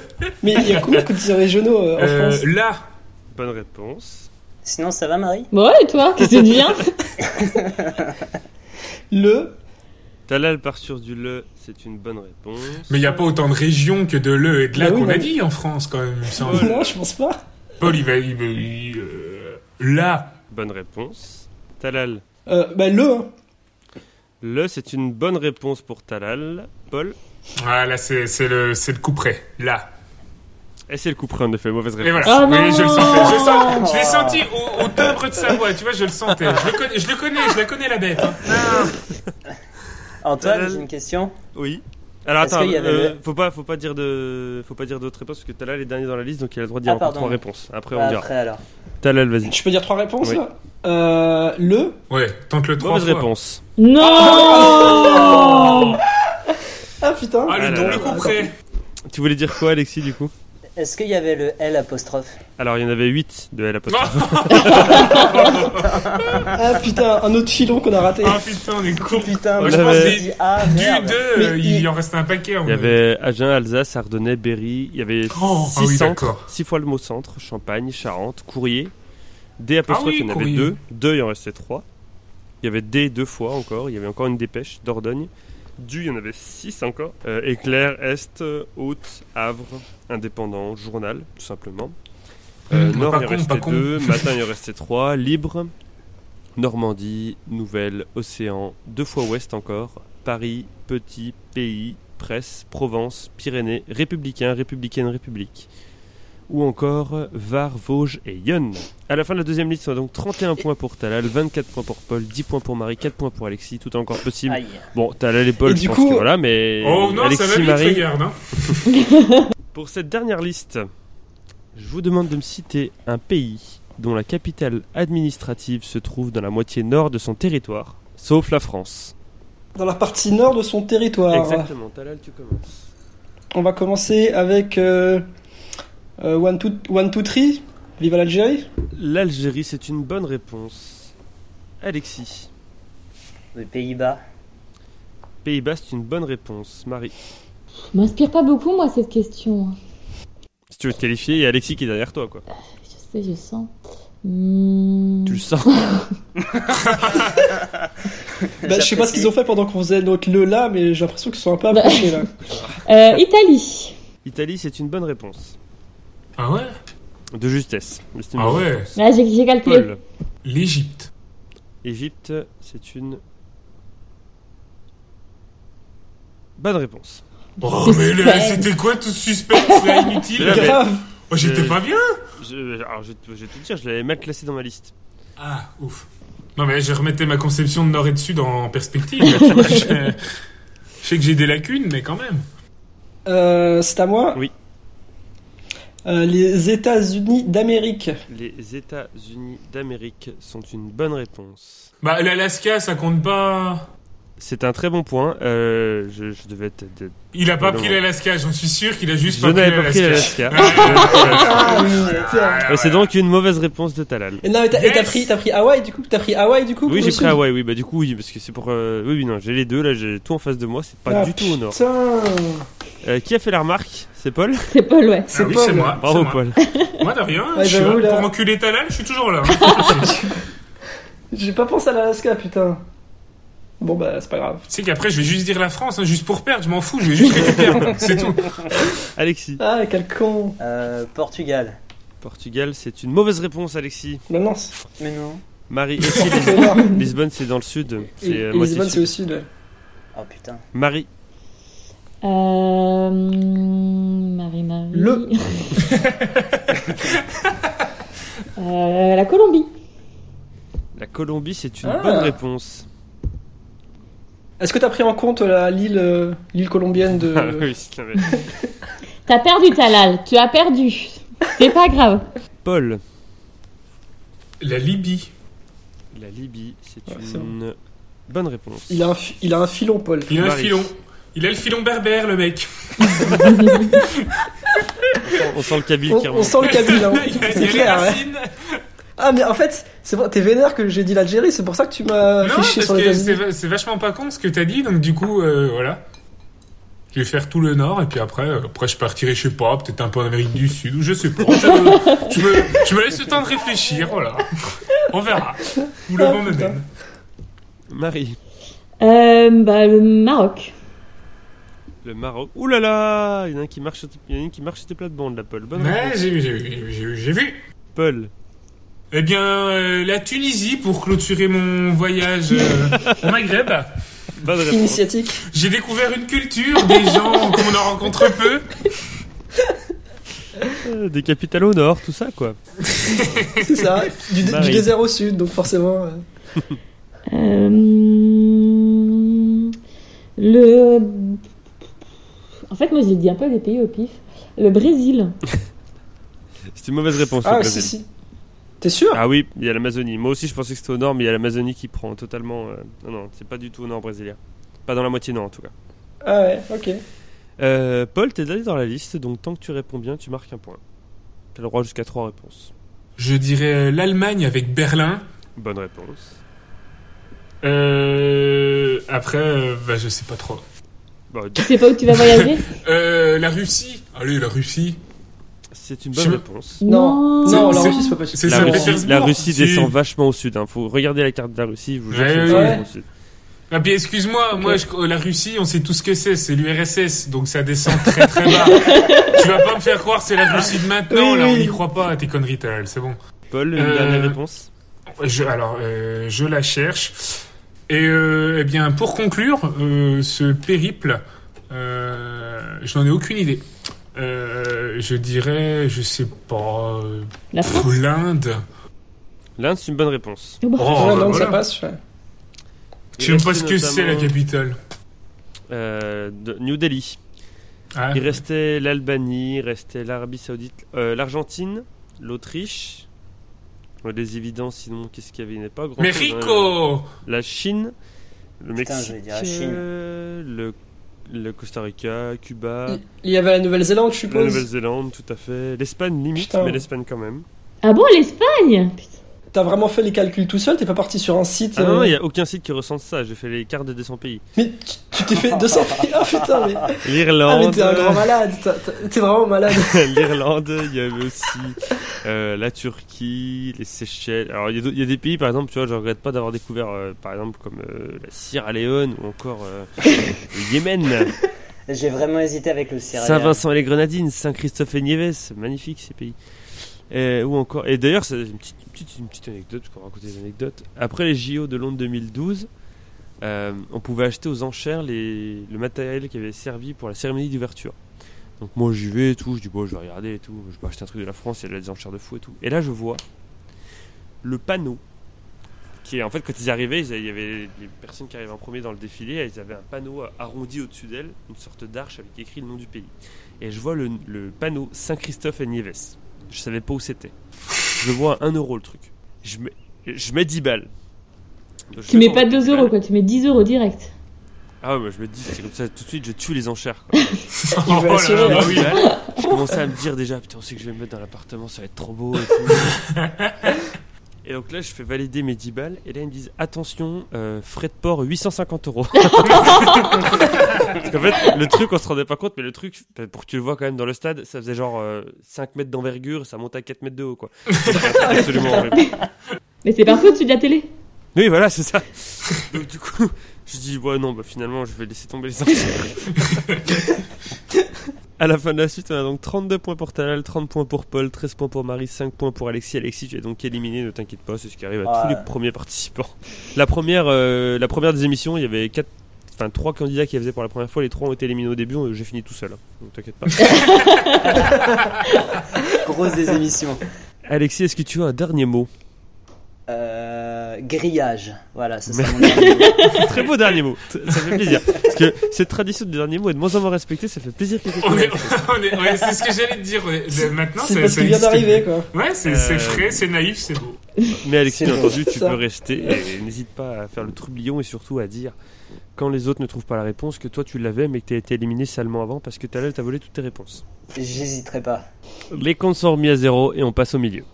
S5: Mais il y a combien de coups de tir régionaux euh, en
S4: Euh,
S5: France
S4: là.
S1: Bonne réponse.
S2: Sinon, ça va, Marie
S3: Bon, ouais, et toi Qu'est-ce que tu deviens
S5: Le.
S1: Talal part sur du le, c'est une bonne réponse.
S4: Mais il n'y a pas autant de régions que de le et de là
S5: Bah oui,
S4: qu'on
S5: bah
S4: a
S5: oui.
S4: dit en France, quand même. il me semble.
S5: Non, je pense pas.
S4: Paul, il va... Il va- il, euh, là.
S1: Bonne réponse. Talal.
S5: Euh, bah, le. hein.
S1: Le, c'est une bonne réponse pour Talal. Paul.
S4: Ah, là, c'est c'est le, c'est le coup près. Là.
S1: Et c'est le coup près, en effet, mauvaise
S4: Et
S1: réponse.
S4: voilà.
S3: Oh
S4: Oui,
S3: non.
S4: je le sentais. Je, le sens- je l'ai senti au, au timbre de sa voix, tu vois, je le sentais. Je le connais, je, le connais, je la connais, la bête. hein.
S2: Antoine,
S1: Talal.
S2: j'ai une question.
S1: Oui. Alors
S2: Est-ce
S1: attends,
S2: qu'il y avait
S1: euh, faut pas, faut pas dire de, faut pas dire d'autres réponses parce que Talal est dernier dans la liste, donc il a le droit de dire
S2: Ah,
S1: encore
S2: pardon. Bah,
S1: trois réponses. Bah, Après on dira.
S2: Après, alors.
S1: Talal, vas-y.
S5: Je peux dire trois réponses
S1: Oui.
S5: là euh, Le.
S4: Ouais, tente le trois
S1: Mauvaise
S4: fois.
S1: réponse. Ah.
S3: Non
S5: Ah putain.
S4: Ah,
S1: Ah
S4: le
S1: là
S4: double
S1: là.
S4: coup près.
S1: Tu voulais dire quoi, Alexis, du coup
S2: Est-ce qu'il y avait le L apostrophe
S1: Alors il y en avait 8 de L apostrophe.
S5: Ah putain, un autre filon qu'on a raté.
S4: Ah, putain, on est con.
S2: Putain,
S4: Moi,
S1: je pense
S2: j'ai
S4: des-
S2: dit ah,
S4: Du
S2: merde.
S4: 2,
S5: Mais
S4: il
S5: il-
S4: en reste un paquet. à mon
S1: Il y
S4: avis.
S1: avait Agen, Alsace, Ardennais, Berry. Il y avait 6
S4: Oh, ah oui,
S1: centres,
S4: d'accord.
S1: 6 fois le mot centre, Champagne, Charente, Courrier. D apostrophe,
S4: Ah oui,
S1: il y en avait
S4: Courrier.
S1: 2. 2, il en restait 3. Il y avait D deux fois encore. Il y avait encore une dépêche, Dordogne. Du, il y en avait 6 encore. Euh, Éclair, Est, euh, Haute, Havre, Indépendant, Journal, tout simplement. Euh,
S4: Mmh,
S1: Nord,
S4: pas
S1: il en
S4: con, pas
S1: restait
S4: con.
S1: 2. Matin, il en restait 3. Libre, Normandie, Nouvelle, Océan, deux fois Ouest encore, Paris, Petit, Pays, Presse, Provence, Pyrénées, Républicain, Républicaine, République. Ou encore Var, Vosges et Yonne. À la fin de la deuxième liste, on a donc 31 points pour Talal, 24 points pour Paul, 10 points pour Marie, 4 points pour Alexis. Tout est encore possible.
S2: Aïe.
S1: Bon, Talal et Paul,
S5: Et
S1: je
S5: du
S1: pense
S5: coup-
S1: que voilà, mais
S4: Oh non,
S1: Alexis,
S4: ça va vite,
S1: Marie.
S4: regarde. Hein.
S1: Pour cette dernière liste, je vous demande de me citer un pays dont la capitale administrative se trouve dans la moitié nord de son territoire, sauf la France.
S5: Dans la partie nord de son territoire.
S1: Exactement, Talal, tu commences.
S5: On va commencer avec euh, euh, one, two, one Two Three. Vive l'Algérie.
S1: L'Algérie, c'est une bonne réponse. Alexis,
S2: Les Pays-Bas.
S1: Pays-Bas, c'est une bonne réponse. Marie,
S3: M'inspire pas beaucoup, moi, cette question.
S1: si tu veux te qualifier, il y a Alexis qui est derrière toi, quoi.
S3: Je sais, je sens. Hmm.
S1: Tu le sens.
S5: Bah, je sais pas ce qu'ils ont fait pendant qu'on faisait notre le là, mais j'ai l'impression qu'ils sont un peu approchés là.
S3: Euh, Italie.
S1: Italie, c'est une bonne réponse.
S4: Ah ouais
S1: De justesse. mais c'est une
S4: Ah
S1: bonne
S4: ouais
S1: réponse.
S3: Là, j'ai j'ai calculé.
S1: Paul,
S4: L'Égypte.
S1: Égypte, c'est une bonne réponse.
S4: Oh, mais le-
S3: Suspense.
S4: c'était quoi tout ce suspense là
S1: Ah, Mais
S4: inutile
S1: là,
S5: Grave.
S4: Oh, j'étais
S1: Euh,
S4: pas bien
S1: Je, alors, je, vais tout dire, je l'avais mal classé dans ma liste.
S4: Ah, ouf. Non, mais je remettais ma conception de nord et de sud en perspective. là, tu vois, je... je sais que j'ai des lacunes, mais quand même.
S5: Euh, c'est à moi.
S1: Oui.
S5: Euh, les États-Unis d'Amérique.
S1: Les États-Unis d'Amérique sont une bonne réponse.
S4: Bah, l'Alaska, ça compte pas.
S1: C'est un très bon point. Euh, je, je devais être. de-
S4: Il a pas
S1: Non.
S4: pris l'Alaska, j'en suis sûr qu'il a juste
S1: Je
S4: pas pris
S1: n'avais pas pris
S4: l'Alaska. ah
S1: l'Alaska.
S5: Ah, putain.
S1: Euh, C'est donc une mauvaise réponse de Talal.
S5: Et non, mais t'as, et t'as
S4: Yes.
S5: pris, t'as pris Hawaï du coup. T'as pris Hawaï du coup.
S1: Oui,
S5: pour
S1: j'ai pris
S5: le sud
S1: Hawaï, oui, bah du coup, oui, parce que c'est pour. euh, oui, oui, non, j'ai les deux, là, j'ai tout en face de moi, c'est pas
S5: Ah,
S1: du tout au nord.
S5: Putain.
S1: Euh, qui a fait la remarque C'est Paul
S3: C'est Paul, ouais.
S4: Ah oui,
S5: Paul.
S4: c'est moi. c'est
S1: Bravo,
S4: moi.
S1: Paul.
S4: Moi, de rien.
S5: Ouais,
S4: je suis-
S5: j'avoue, là.
S4: Pour enculer Talal, je suis toujours là. hein.
S5: J'ai pas pensé à l'Alaska, putain. Bon bah c'est pas grave.
S4: Tu sais qu'après, je vais juste dire la France, hein, juste pour perdre, je m'en fous, je vais juste récupérer, c'est tout.
S1: Alexis.
S5: Ah quel con.
S2: Euh, Portugal.
S1: Portugal, c'est une mauvaise réponse, Alexis.
S5: Bah non. c'est-
S2: Mais non.
S1: Marie aussi,
S5: c'est au nord.
S1: Lisbonne, c'est dans le sud.
S5: Et-
S1: C'est euh,
S5: et
S1: moitié
S5: Lisbonne c'est
S1: sud.
S5: au sud. ouais.
S2: Oh putain.
S1: Marie,
S3: Euh... Marie Marie.
S5: Le.
S3: Euh, la Colombie.
S1: La Colombie, c'est une
S5: Ah.
S1: bonne réponse.
S5: Est-ce que t'as pris en compte la- l'île euh, l'île colombienne de.
S1: Ah oui, c'est la même.
S3: T'as perdu Talal, tu as perdu. C'est pas grave.
S1: Paul,
S4: La Libye.
S1: la Libye, c'est
S5: Ouais, c'est
S1: une bonne réponse.
S5: Il a un, fi- il a un filon, Paul.
S4: Il a un
S1: Marie.
S4: filon. Il a le filon berbère, le mec.
S1: On sent le Kabyle
S5: On,
S1: qui
S5: on
S1: remonte.
S5: sent le Kabyle, hein.
S4: Il a, il a
S5: c'est
S4: les
S5: clair. ouais.
S4: racines.
S5: Ah, mais en fait, c'est vrai, t'es vénère que j'ai dit l'Algérie, c'est pour ça que tu m'as
S4: Non,
S5: fait chier
S4: parce
S5: sur
S4: que
S5: les
S4: c'est
S5: États-Unis.
S4: va- c'est vachement pas con ce que t'as dit, donc du coup, euh, voilà. Je vais faire tout le nord, et puis après, euh, après je partirai, je sais pas, peut-être un peu en Amérique du Sud, ou je sais pas. Je, je me, je me laisse le temps de réfléchir, voilà. On verra. Où le
S5: Ah,
S4: vent me
S5: putain.
S4: mène.
S1: Marie,
S3: Euh, bah, le Maroc.
S1: le Maroc. Ouh là là Il y en a un qui marche, sur tes- il y en a une qui marche sur tes plates-bandes, la Paul. Bonne
S4: Ouais,
S1: réponse.
S4: j'ai vu, j'ai vu, j'ai vu, j'ai vu, j'ai vu.
S1: Paul,
S4: Eh bien, euh, la Tunisie, pour clôturer mon voyage euh, au Maghreb,
S1: bonne réponse.
S5: Initiatique.
S4: j'ai découvert une culture, des gens qu'on en rencontre peu.
S1: Euh, Des capitales au nord, tout ça quoi.
S5: C'est ça, du, du
S1: Marie.
S5: désert au sud, donc forcément. euh.
S3: Euh, le. En fait, moi, j'ai dit un peu des pays au pif. Le Brésil.
S1: C'est une mauvaise réponse le
S5: Ah, si,
S1: Brésil.
S5: si. T'es sûr
S1: Ah oui, il y a l'Amazonie. Moi aussi je pensais que c'était au nord, mais il y a l'Amazonie qui prend totalement. euh, Non, non, c'est pas du tout au nord brésilien. Pas dans la moitié nord en tout cas.
S5: Ah, ouais, ok.
S1: Euh, Paul, t'es allé dans la liste, donc tant que tu réponds bien, tu marques un point. T'as le droit jusqu'à trois réponses.
S4: Je dirais euh, l'Allemagne avec Berlin.
S1: Bonne réponse.
S4: Euh, après, euh, bah, je sais pas trop.
S1: Bah,
S3: Tu sais pas où tu vas voyager
S4: Euh, la Russie. Allez, la Russie.
S1: c'est une
S4: Je
S1: bonne
S4: me-
S1: réponse.
S5: Non, non, la
S4: c'est-
S5: Russie, c'est pas possible.
S4: c'est
S1: La
S4: ça,
S1: Russie,
S4: Saint-Pétersbourg.
S1: la Russie
S4: Si.
S1: descend vachement au sud. hein. Faut regarder la carte de la Russie. Je vous jure
S4: Ouais,
S1: que
S4: ouais,
S1: ça
S5: ouais.
S1: descend au sud.
S4: Ah, puis excuse-moi,
S5: Ok.
S4: moi, je- euh, la Russie, on sait tout ce que c'est. C'est l'URSS, donc ça descend très très bas. tu vas pas me faire croire que c'est la Russie de maintenant.
S5: Oui,
S4: là, on
S5: oui.
S4: n'y croit pas à tes conneries, Talal, C'est bon.
S1: Paul, une
S4: Euh,
S1: dernière réponse.
S4: Je, alors, euh, je la cherche. Et euh, eh bien, pour conclure euh, ce périple, euh, je n'en ai aucune idée. Euh, je dirais, je sais pas, euh,
S3: La
S4: pff,
S3: France.
S4: l'Inde.
S1: L'Inde, c'est une bonne réponse.
S3: Oh, bah.
S4: Oh,
S5: ouais,
S4: bah,
S5: donc
S4: voilà.
S5: ça passe. ouais.
S4: Je sais même pas
S1: Il
S4: ce que
S1: restait
S4: c'est la
S1: notamment,
S4: capitale.
S1: euh, de New Delhi.
S4: Ah,
S1: Il restait l'Albanie, il restait l'Arabie Saoudite, euh, l'Argentine, l'Autriche. Ouais, des évidences, sinon, qu'est-ce qu'il y avait Il n'y avait pas grand chose, hein.
S4: Mexico
S1: La Chine, le
S2: Putain,
S1: Mexique,
S2: je vais dire la Chine.
S1: euh, le, le Costa Rica, Cuba,
S5: Il- Il y avait la Nouvelle-Zélande, je
S1: la
S5: suppose.
S1: Nouvelle-Zélande, tout à fait. L'Espagne, limite,
S5: Putain.
S1: mais l'Espagne quand même.
S3: Ah bon, l'Espagne Putain.
S5: T'as vraiment fait les calculs tout seul, t'es pas parti sur un site.
S1: Ah
S5: euh,
S1: non, il n'y a aucun site qui recense ça. J'ai fait les cartes des 200 pays.
S5: Mais tu- tu t'es fait 200 pays. Ah putain, mais, ah, mais
S1: L'Irlande,
S5: t'es un grand malade. t'as- t'as- T'es vraiment malade.
S1: l'Irlande, il y avait aussi euh, la Turquie, les Seychelles. Alors, il y a d'au- il y, a des pays, par exemple, tu vois, je regrette pas d'avoir découvert, euh, par exemple, comme euh, la Sierra Leone ou encore euh, le Yémen,
S2: J'ai vraiment hésité avec le Sierra Leone.
S1: Saint-Vincent et les Grenadines, Saint-Christophe et Nieves. Magnifique ces pays. Et, ou encore, et d'ailleurs, c'est une petite, une petite, une petite anecdote, je peux raconter des anecdotes. Après les JO de Londres 2012, euh, on pouvait acheter aux enchères les, le matériel qui avait servi pour la cérémonie d'ouverture. Donc moi j'y vais et tout, je dis bon je vais regarder et tout, je vais acheter un truc de la France, il y a des enchères de fou et tout. Et là je vois le panneau qui est en fait quand ils arrivaient, ils avaient- il y avait les personnes qui arrivaient en premier dans le défilé, ils avaient un panneau arrondi au-dessus d'elles, une sorte d'arche avec écrit le nom du pays. Et je vois le, le panneau Saint-Christophe et Nieves. Je savais pas où c'était. Je le vois à 1 euro le truc. Je mets, je mets 10 balles. Donc, je
S3: Tu
S1: vais
S3: mets
S1: dans
S3: pas
S1: le
S3: 2
S1: défilé.
S3: euros, quoi. Tu mets 10 euros direct.
S1: Ah ouais, moi, je me dis, c'est comme ça, tout de suite, je tue les enchères. Quoi.
S4: Oh là là,
S5: assurer,
S4: bah
S5: hein.
S4: oui.
S1: Je commençais à me dire déjà, putain, on sait que je vais me mettre dans l'appartement, ça va être trop beau et tout. Et donc là, je fais valider mes 10 balles, et là, ils me disent, attention, euh, frais de port 850 euros. Parce qu'en fait, le truc, on se rendait pas compte, mais le truc, ben, pour que tu le vois quand même dans le stade, ça faisait genre euh, 5 mètres d'envergure, ça montait à 4 mètres de haut, quoi. C'était absolument horrible.
S3: Mais c'est partout au-dessus de la télé.
S1: Oui, voilà, c'est ça. Donc, du coup, je dis, ouais, non, bah finalement, je vais laisser tomber les enchères. à la fin de la suite, on a donc 32 points pour Talal, 30 points pour Paul, 13 points pour Marie, 5 points pour Alexis. Alexis, tu es donc éliminé, ne t'inquiète pas, c'est ce qui arrive à
S2: Ah
S1: tous
S2: ouais.
S1: les premiers participants. La première, euh, la première des émissions, il y avait 4 enfin trois candidats qui la faisaient pour la première fois, les trois ont été éliminés au début, euh, j'ai fini tout seul. hein. Donc t'inquiète pas.
S2: Grosse des émissions.
S1: Alexis, est-ce que tu as un dernier mot
S2: Euh, grillage. Voilà, ça sera mon dernier mot.
S1: Très beau dernier mot. Ça ça fait plaisir. Parce que cette tradition de dernier mot est de moins en moins respectée, ça fait plaisir que
S4: On est- on est- ouais, c'est ce que j'allais te dire. ouais. Maintenant,
S5: C'est
S4: ça-
S5: parce
S4: ça
S5: qu'il vient
S4: existe
S5: d'arriver, quoi.
S4: plus. Ouais, c'est c'est
S1: Euh,
S4: frais, c'est naïf, c'est beau.
S1: Mais Alexis,
S5: C'est
S1: bien
S5: bon,
S1: entendu, tu
S5: ça.
S1: peux rester et n'hésite pas à faire le troublion et surtout à dire quand les autres ne trouvent pas la réponse que toi tu l'avais mais que tu as été éliminé salement avant parce que tout à l'heure t'as volé toutes tes réponses.
S2: J'hésiterai pas.
S1: Les comptes sont remis à zéro et on passe au milieu.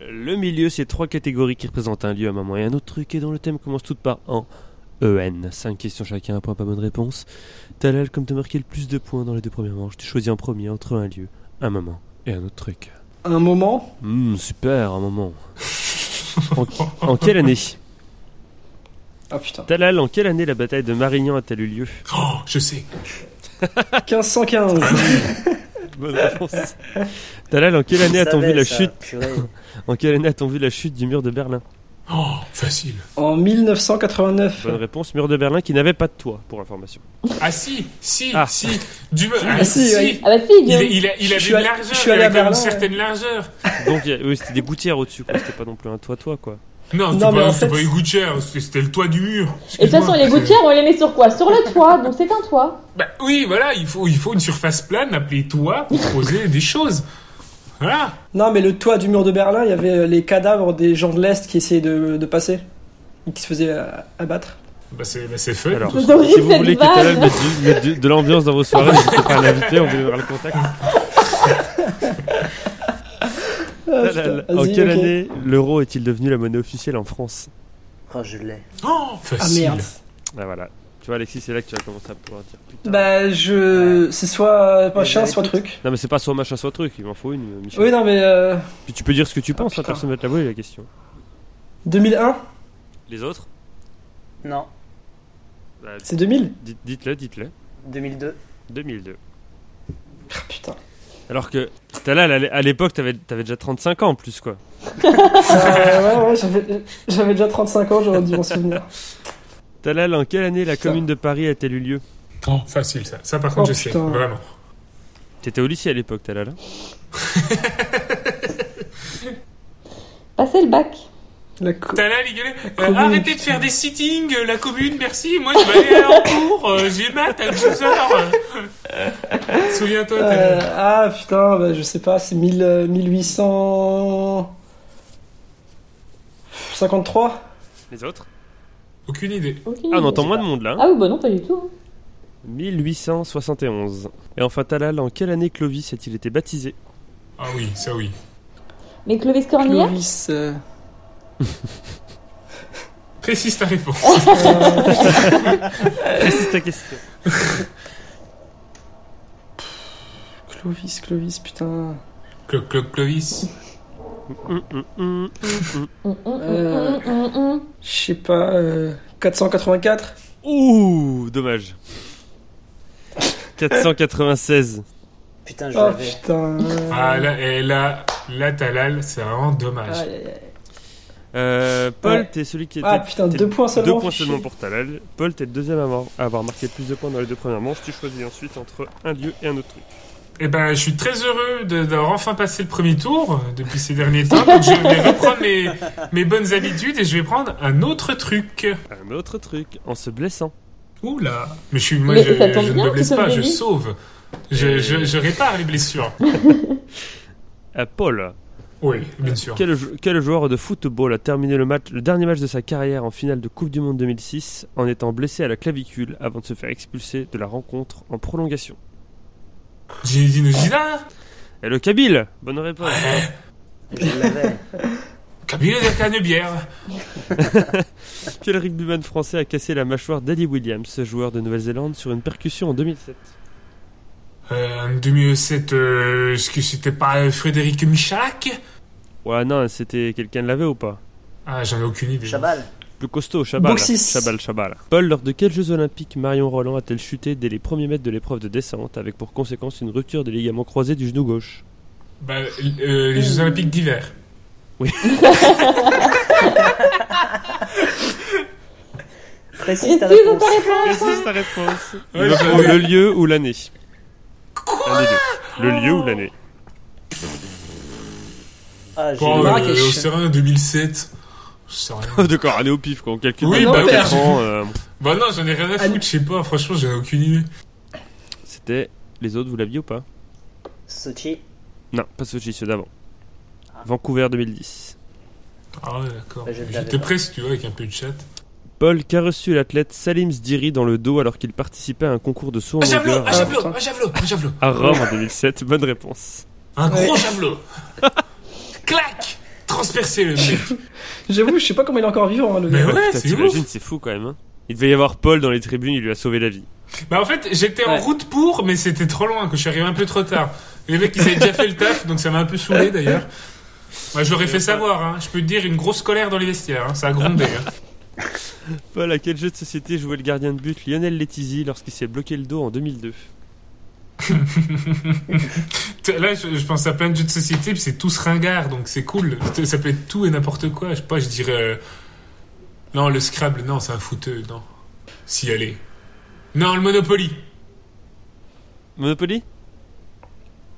S1: Le milieu, c'est trois catégories qui représentent un lieu, un moment et un autre truc, et dont le thème commence toutes par en EN. Cinq questions chacun, un point pas bonne réponse. Talal, comme t'as marqué le plus de points dans les deux premières manches, tu choisis en premier entre un lieu, un moment et un autre truc.
S5: Un moment,
S1: Hum, super, un moment. en, en quelle année
S5: ah putain,
S1: Talal, en quelle année la bataille de Marignan a-t-elle eu lieu
S4: Oh, je sais.
S5: 1515.
S1: Bonne réponse. Talal, en quelle année
S2: Je
S1: a-t-on vu
S2: savais,
S1: la
S2: ça.
S1: chute
S2: Purée.
S1: En quelle année a-t-on vu la chute du mur de Berlin
S4: Oh, facile.
S5: en 1989.
S1: Bonne réponse, mur de Berlin qui n'avait pas de toit, pour information.
S4: Ah si, si,
S1: Ah.
S4: si. Du... Ah,
S5: Ah, si,
S4: si.
S5: ouais.
S3: Ah bah si,
S4: Il, a-
S3: Guillaume.
S4: il, a, il
S5: Je
S4: avait
S5: suis
S4: une
S5: allé-
S4: largeur,
S5: je suis
S4: il
S5: allé
S4: avait
S5: à
S4: quand même une
S5: Berlin, ouais.
S4: certaine largeur.
S1: Donc, il y a- oui, c'était des gouttières au-dessus, quoi, c'était pas non plus un toit-toit, quoi.
S4: Non, c'était
S5: Non, mais
S4: pas,
S5: en
S4: c'était
S5: fait-
S4: pas les gouttières, c'était c'était le toit du
S3: Et de
S4: mur.
S3: toute façon,
S4: Excuse-moi.
S3: les gouttières, on les met sur quoi Sur le toit, donc c'est un toit.
S4: Bah oui, voilà, il faut, il faut une surface plane appelée toit pour poser des choses. Voilà.
S5: Non, mais le toit du mur de Berlin, il y avait euh, les cadavres des gens de l'Est qui essayaient de, de passer, et qui se faisaient euh, abattre.
S4: Bah c'est bah, c'est fun.
S1: Alors,
S3: Vous
S1: si
S3: auriez
S1: vous
S3: cette
S1: voulez que
S3: vanne.
S1: Talal mette du- mette du- de l'ambiance dans vos soirées, n'hésitez pas à l'inviter, on vous donnera le contact.
S5: Ah,
S1: Talal,
S5: putain,
S1: en
S5: vas-y,
S1: quelle
S5: ok.
S1: année l'euro est-il devenu la monnaie officielle en France
S2: Oh, je l'ai.
S4: Oh,
S5: Ah
S4: facile.
S5: merde.
S1: Ah voilà. Tu vois Alexis, c'est là que tu vas commencer à pouvoir dire putain.
S5: Bah, je. C'est soit machin,
S2: Mais
S5: soit
S2: écoute.
S5: truc.
S1: Non mais c'est pas soit machin soit truc, il m'en faut une, Michel.
S5: Oui, non, mais. euh,
S1: Puis tu peux dire ce que tu penses, hein,
S5: putain.
S1: personne ne va te l'avouer la question.
S5: 2001
S1: Les autres
S2: Non,
S1: Bah,
S5: C'est 2000
S1: dites- Dites-le, dites-le.
S2: 2002.
S1: 2002.
S5: Ah, Putain.
S1: Alors que Talal, à l'é- à l'époque, t'avais avais déjà 35 ans en plus, quoi.
S5: Euh, ouais, ouais, j'avais- j'avais déjà 35 ans, j'aurais dû m'en souvenir.
S1: Talal, en quelle année la
S5: Putain.
S1: commune de Paris a-t-elle eu lieu
S4: Oh, facile ça. Ça par contre
S5: Oh,
S4: je sais,
S5: putain.
S4: vraiment.
S1: T'étais au lycée à l'époque, Talal. hein
S3: Passer le bac.
S5: La co-
S4: T'as là les gueules
S5: commune.
S4: Arrêtez de faire des sittings, euh, la commune, merci. Moi je vais aller en cours, euh, j'ai maths à 12 heures. euh. Souviens-toi. t'as-
S5: Euh, ah putain, bah, je sais pas, c'est 1000, euh, 1853
S1: Les autres
S4: Aucune idée.
S3: Aucune
S1: Ah, on
S3: idée.
S1: entend moins de monde là. hein.
S3: Ah oui, bah non, pas du tout.
S1: 1871. Et enfin, Talal, en quelle année Clovis a-t-il été baptisé
S4: Ah oui, ça oui.
S3: Mais Clovis Cornillac
S5: Clovis. euh,
S4: Précise ta réponse.
S5: euh,
S1: Ah, C'est ta question.
S5: Clovis, Clovis, putain.
S4: Cloc, cloc, Clovis.
S1: Hum, hum, hum.
S3: Hum, hum, hum,
S5: Euh.
S3: hum, hum, hum, hum.
S5: Je sais pas, euh, 484
S1: Ouh, dommage. 496.
S2: Putain, je
S5: Oh
S2: l'avais.
S5: putain.
S4: Ah là, et là, là Talal, c'est vraiment dommage.
S5: Aïe, aïe, aïe.
S1: Euh, Paul,
S5: Ouais.
S1: t'es celui qui était.
S5: Ah putain,
S1: t'es-
S5: deux points seulement.
S1: Deux points seulement pour Talal. Paul, t'es le deuxième à avoir- à avoir marqué le plus de points dans les deux premières manches. Tu choisis ensuite entre un lieu et un autre truc.
S4: Eh ben, je suis très heureux de- d'avoir enfin passé le premier tour euh, depuis ces derniers temps. Donc, je vais reprendre mes, mes bonnes habitudes et je vais prendre un autre truc.
S1: Un autre truc, en se blessant.
S4: Oula Mais je suis, moi,
S3: Mais
S4: je,
S3: ça tombe
S4: je ne
S3: bien,
S4: me
S3: tu
S4: blesse
S3: sauves
S4: pas,
S3: des
S4: je
S3: vies.
S4: sauve.
S2: Euh,
S4: Je, je, je répare les blessures.
S1: Euh, Paul,
S4: Oui, bien sûr.
S1: quel, jou- quel joueur de football a terminé le, match, le dernier match de sa carrière en finale de Coupe du Monde 2006 en étant blessé à la clavicule avant de se faire expulser de la rencontre en prolongation
S4: Zinedine Zidane
S1: Et le Kabyle Bonne réponse.
S2: Je l'avais.
S4: Cabinet de Canebière
S1: Quel rugbyman français a cassé la mâchoire d'Ali Williams, ce joueur de Nouvelle-Zélande, sur une percussion en 2007
S4: euh, En 2007, euh, est-ce que c'était pas euh, Frédéric Michalak
S1: Ouais, non, c'était quelqu'un l'avait ou pas
S4: Ah, j'en ai aucune idée.
S2: Chabal.
S1: Plus costaud, Chabal.
S5: Boxis.
S1: Chabal, Chabal. Paul, lors de quels Jeux Olympiques Marion Roland a-t-elle chuté dès les premiers mètres de l'épreuve de descente, avec pour conséquence une rupture des ligaments croisés du genou gauche
S4: Bah, euh, les Jeux Olympiques d'hiver.
S1: Oui.
S2: Précise
S3: Et tu
S2: ta
S3: veux
S2: réponse.
S3: pas répondre
S1: Précise ta réponse. Il
S4: Ouais,
S1: me
S4: je-
S1: faut le lieu ou l'année. Un des deux. Le lieu ou l'année.
S2: Ah, j'ai
S4: Bon, euh,
S2: Marrakech.
S4: on sait rien, 2007. Je sais rien.
S1: Oh, D'accord, allez au pif quoi. On calcule
S4: Oui,
S1: dans
S4: bah,
S1: quatre
S4: oui.
S1: ans, euh,
S4: bah non, j'en ai rien à foutre, je sais pas, franchement, j'en ai aucune idée.
S1: C'était les autres, vous l'aviez ou pas
S2: Sochi.
S1: Non, pas Sochi, ceux d'avant. Vancouver 2010.
S4: Ah ouais, d'accord.
S2: Bah, je l'avais
S4: J'étais
S2: pas.
S4: presque, tu vois, avec un peu de chat.
S2: Oh,
S1: Paul, qu'a reçu l'athlète Salim Sdiri dans le dos alors qu'il participait à un concours de saut en
S4: Un javelot,
S1: longueur
S4: un
S1: à-
S4: javelot, un javelot, un javelot.
S1: à Rome en 2007 Bonne réponse.
S4: Un
S5: Ouais.
S4: gros javelot. Clac Transpercé le mec.
S5: J'avoue, je sais pas comment il est encore vivant. hein, le
S4: Mais
S5: gars.
S4: ouais,
S1: Putain,
S4: c'est
S1: t'imagines, c'est fou quand même. hein. Il devait y avoir Paul dans les tribunes, il lui a sauvé la vie.
S4: Bah en fait, j'étais en
S5: Ouais.
S4: route pour, mais c'était trop loin, que je suis arrivé un peu trop tard. Les mecs, ils avaient déjà fait le taf, donc ça m'a un peu saoulé d'ailleurs. Bah, je leur ai fait savoir, hein. je peux te dire, une grosse colère dans les vestiaires, hein. ça a grondé. hein.
S1: Paul, à quel jeu de société jouait le gardien de but Lionel Letizy lorsqu'il s'est bloqué le dos en 2002
S4: Là, je, je pense à plein de jeux de société, puis c'est tous ringards, donc c'est cool. Ça peut être tout et n'importe quoi, je sais pas, je dirais... euh, Non, le Scrabble, non, c'est un fouteux, non. Si, allez. Non, le Monopoly.
S1: Monopoly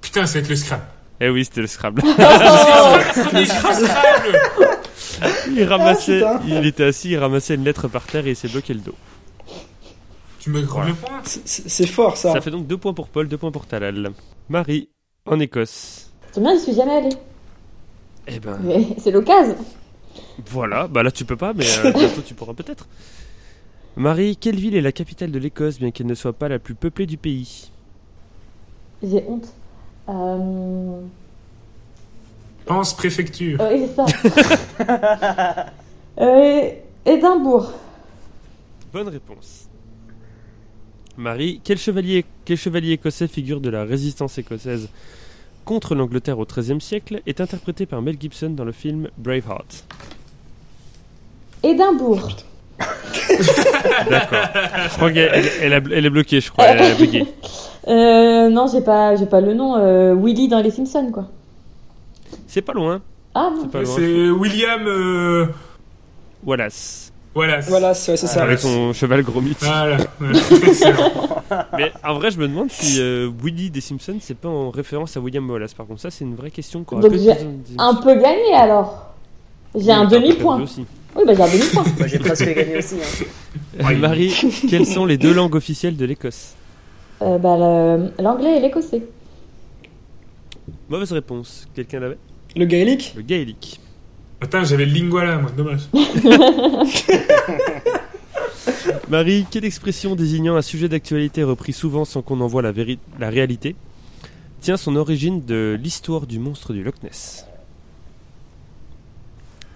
S4: Putain, ça va être le Scrabble.
S1: Eh oui, c'était le Scrabble.
S4: Ah, C'était le Scrabble
S1: Il ramassait,
S5: Ah, putain.
S1: il était assis, il ramassait une lettre par terre et il s'est bloqué le dos.
S4: Tu me grondes le point
S5: C'est- C'est c'est fort ça.
S1: Ça fait donc deux points pour Paul, deux points pour Talal. Marie, en Écosse.
S3: C'est bien, je suis jamais allée.
S1: Eh ben,
S3: Mais c'est l'occasion.
S1: Voilà, bah là tu peux pas, mais euh, bientôt tu pourras peut-être. Marie, quelle ville est la capitale de l'Écosse, bien qu'elle ne soit pas la plus peuplée du pays
S3: J'ai honte. Euh...
S4: Pense préfecture.
S3: Oui, c'est ça. euh, Édimbourg.
S1: Bonne réponse. Marie, quel chevalier, quel chevalier écossais figure de la résistance écossaise contre l'Angleterre au XIIIe siècle est interprété par Mel Gibson dans le film Braveheart
S3: Édimbourg.
S1: D'accord. Je crois qu'elle elle, elle a- elle est bloquée, je crois. Elle a bugué.
S3: Euh, non, j'ai pas, j'ai pas le nom. euh, Willy dans Les Simpsons, quoi.
S1: C'est pas loin.
S3: Ah non.
S1: C'est pas loin.
S4: C'est William. euh,
S1: Wallace.
S4: Voilà.
S5: Voilà, c'est ouais, c'est ça.
S1: Avec son cheval gros mythe.
S4: Voilà. voilà. Excellent.
S1: Mais en vrai, je me demande si euh, Willy des Simpsons, c'est pas en référence à William Wallace. Par contre, ça, c'est une vraie question qu'on
S3: Donc j'ai Un peu gagné alors. J'ai un demi-point. Oui, bah j'ai un demi-point.
S2: Moi, j'ai presque gagné aussi. hein.
S4: Ouais.
S1: Euh, Marie, quelles sont les deux langues officielles de l'Écosse
S3: Euh, bah, le- l'anglais et l'écossais.
S1: Mauvaise réponse. Quelqu'un l'avait
S5: Le gaélique
S1: Le gaélique.
S4: Attends, j'avais le Linguala, moi, dommage.
S1: Marie, quelle expression désignant un sujet d'actualité repris souvent sans qu'on en voit la, véri- la réalité tient son origine de l'histoire du monstre du Loch Ness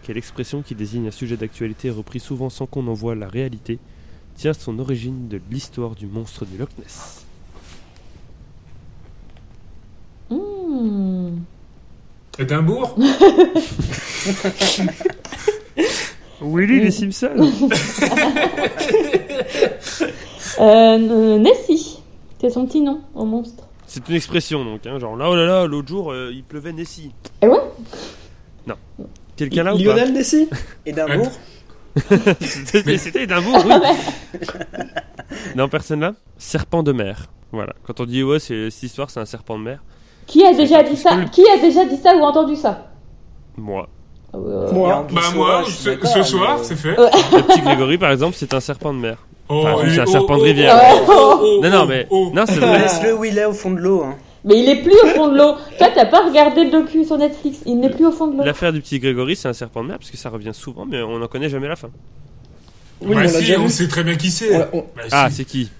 S1: Quelle expression qui désigne un sujet d'actualité repris souvent sans qu'on en voit la réalité tient son origine de l'histoire du monstre du Loch Ness
S3: Hmm.
S4: Édimbourg
S3: Oh.
S1: Willy les Simpsons
S3: Euh, Nessie. C'est son petit nom au monstre.
S1: C'est une expression donc, hein, genre là oh là là, l'autre jour euh, il pleuvait Nessie.
S3: Eh ouais
S1: Non. Quelqu'un là ou pas
S5: Lionel Messi
S2: Édimbourg
S1: C'était c'était Édimbourg, oui. non, personne là Serpent de mer. Voilà. Quand on dit ouais, c'est, cette histoire, c'est un serpent de mer.
S3: Qui a
S1: C'est
S3: déjà
S1: pas
S3: dit
S1: tout
S3: ça
S1: seul.
S3: Qui a déjà dit ça ou entendu ça
S1: Moi.
S3: Euh,
S2: Et
S5: Moi.
S2: Anguille
S4: Bah,
S2: Saura,
S4: moi,
S2: je suis
S4: ce,
S2: d'accord,
S4: ce
S2: mais-
S4: soir, c'est fait.
S1: Le petit Grégory, par exemple, c'est un serpent de mer.
S4: Oh,
S1: Enfin,
S4: et-
S1: c'est un
S4: oh,
S1: serpent de
S4: oh,
S1: rivière.
S4: oh, oh, oh,
S1: Non, non, mais.
S4: oh, oh.
S1: Non, c'est vrai.
S2: Laisse-le où il est au fond de l'eau. hein.
S3: Mais il est plus au fond de l'eau. Toi, t'as pas regardé le docu sur Netflix. Il
S1: Euh,
S3: n'est plus au fond de l'eau.
S1: L'affaire du petit Grégory, c'est un serpent de mer, parce que ça revient souvent, mais on n'en connaît jamais la fin.
S5: Oui,
S4: bah,
S5: on l'a
S4: si,
S5: déjà
S1: hein.
S4: on
S5: vu.
S4: sait très bien qui c'est.
S5: On l'a- on-
S4: Bah,
S1: Ah,
S4: si.
S1: c'est qui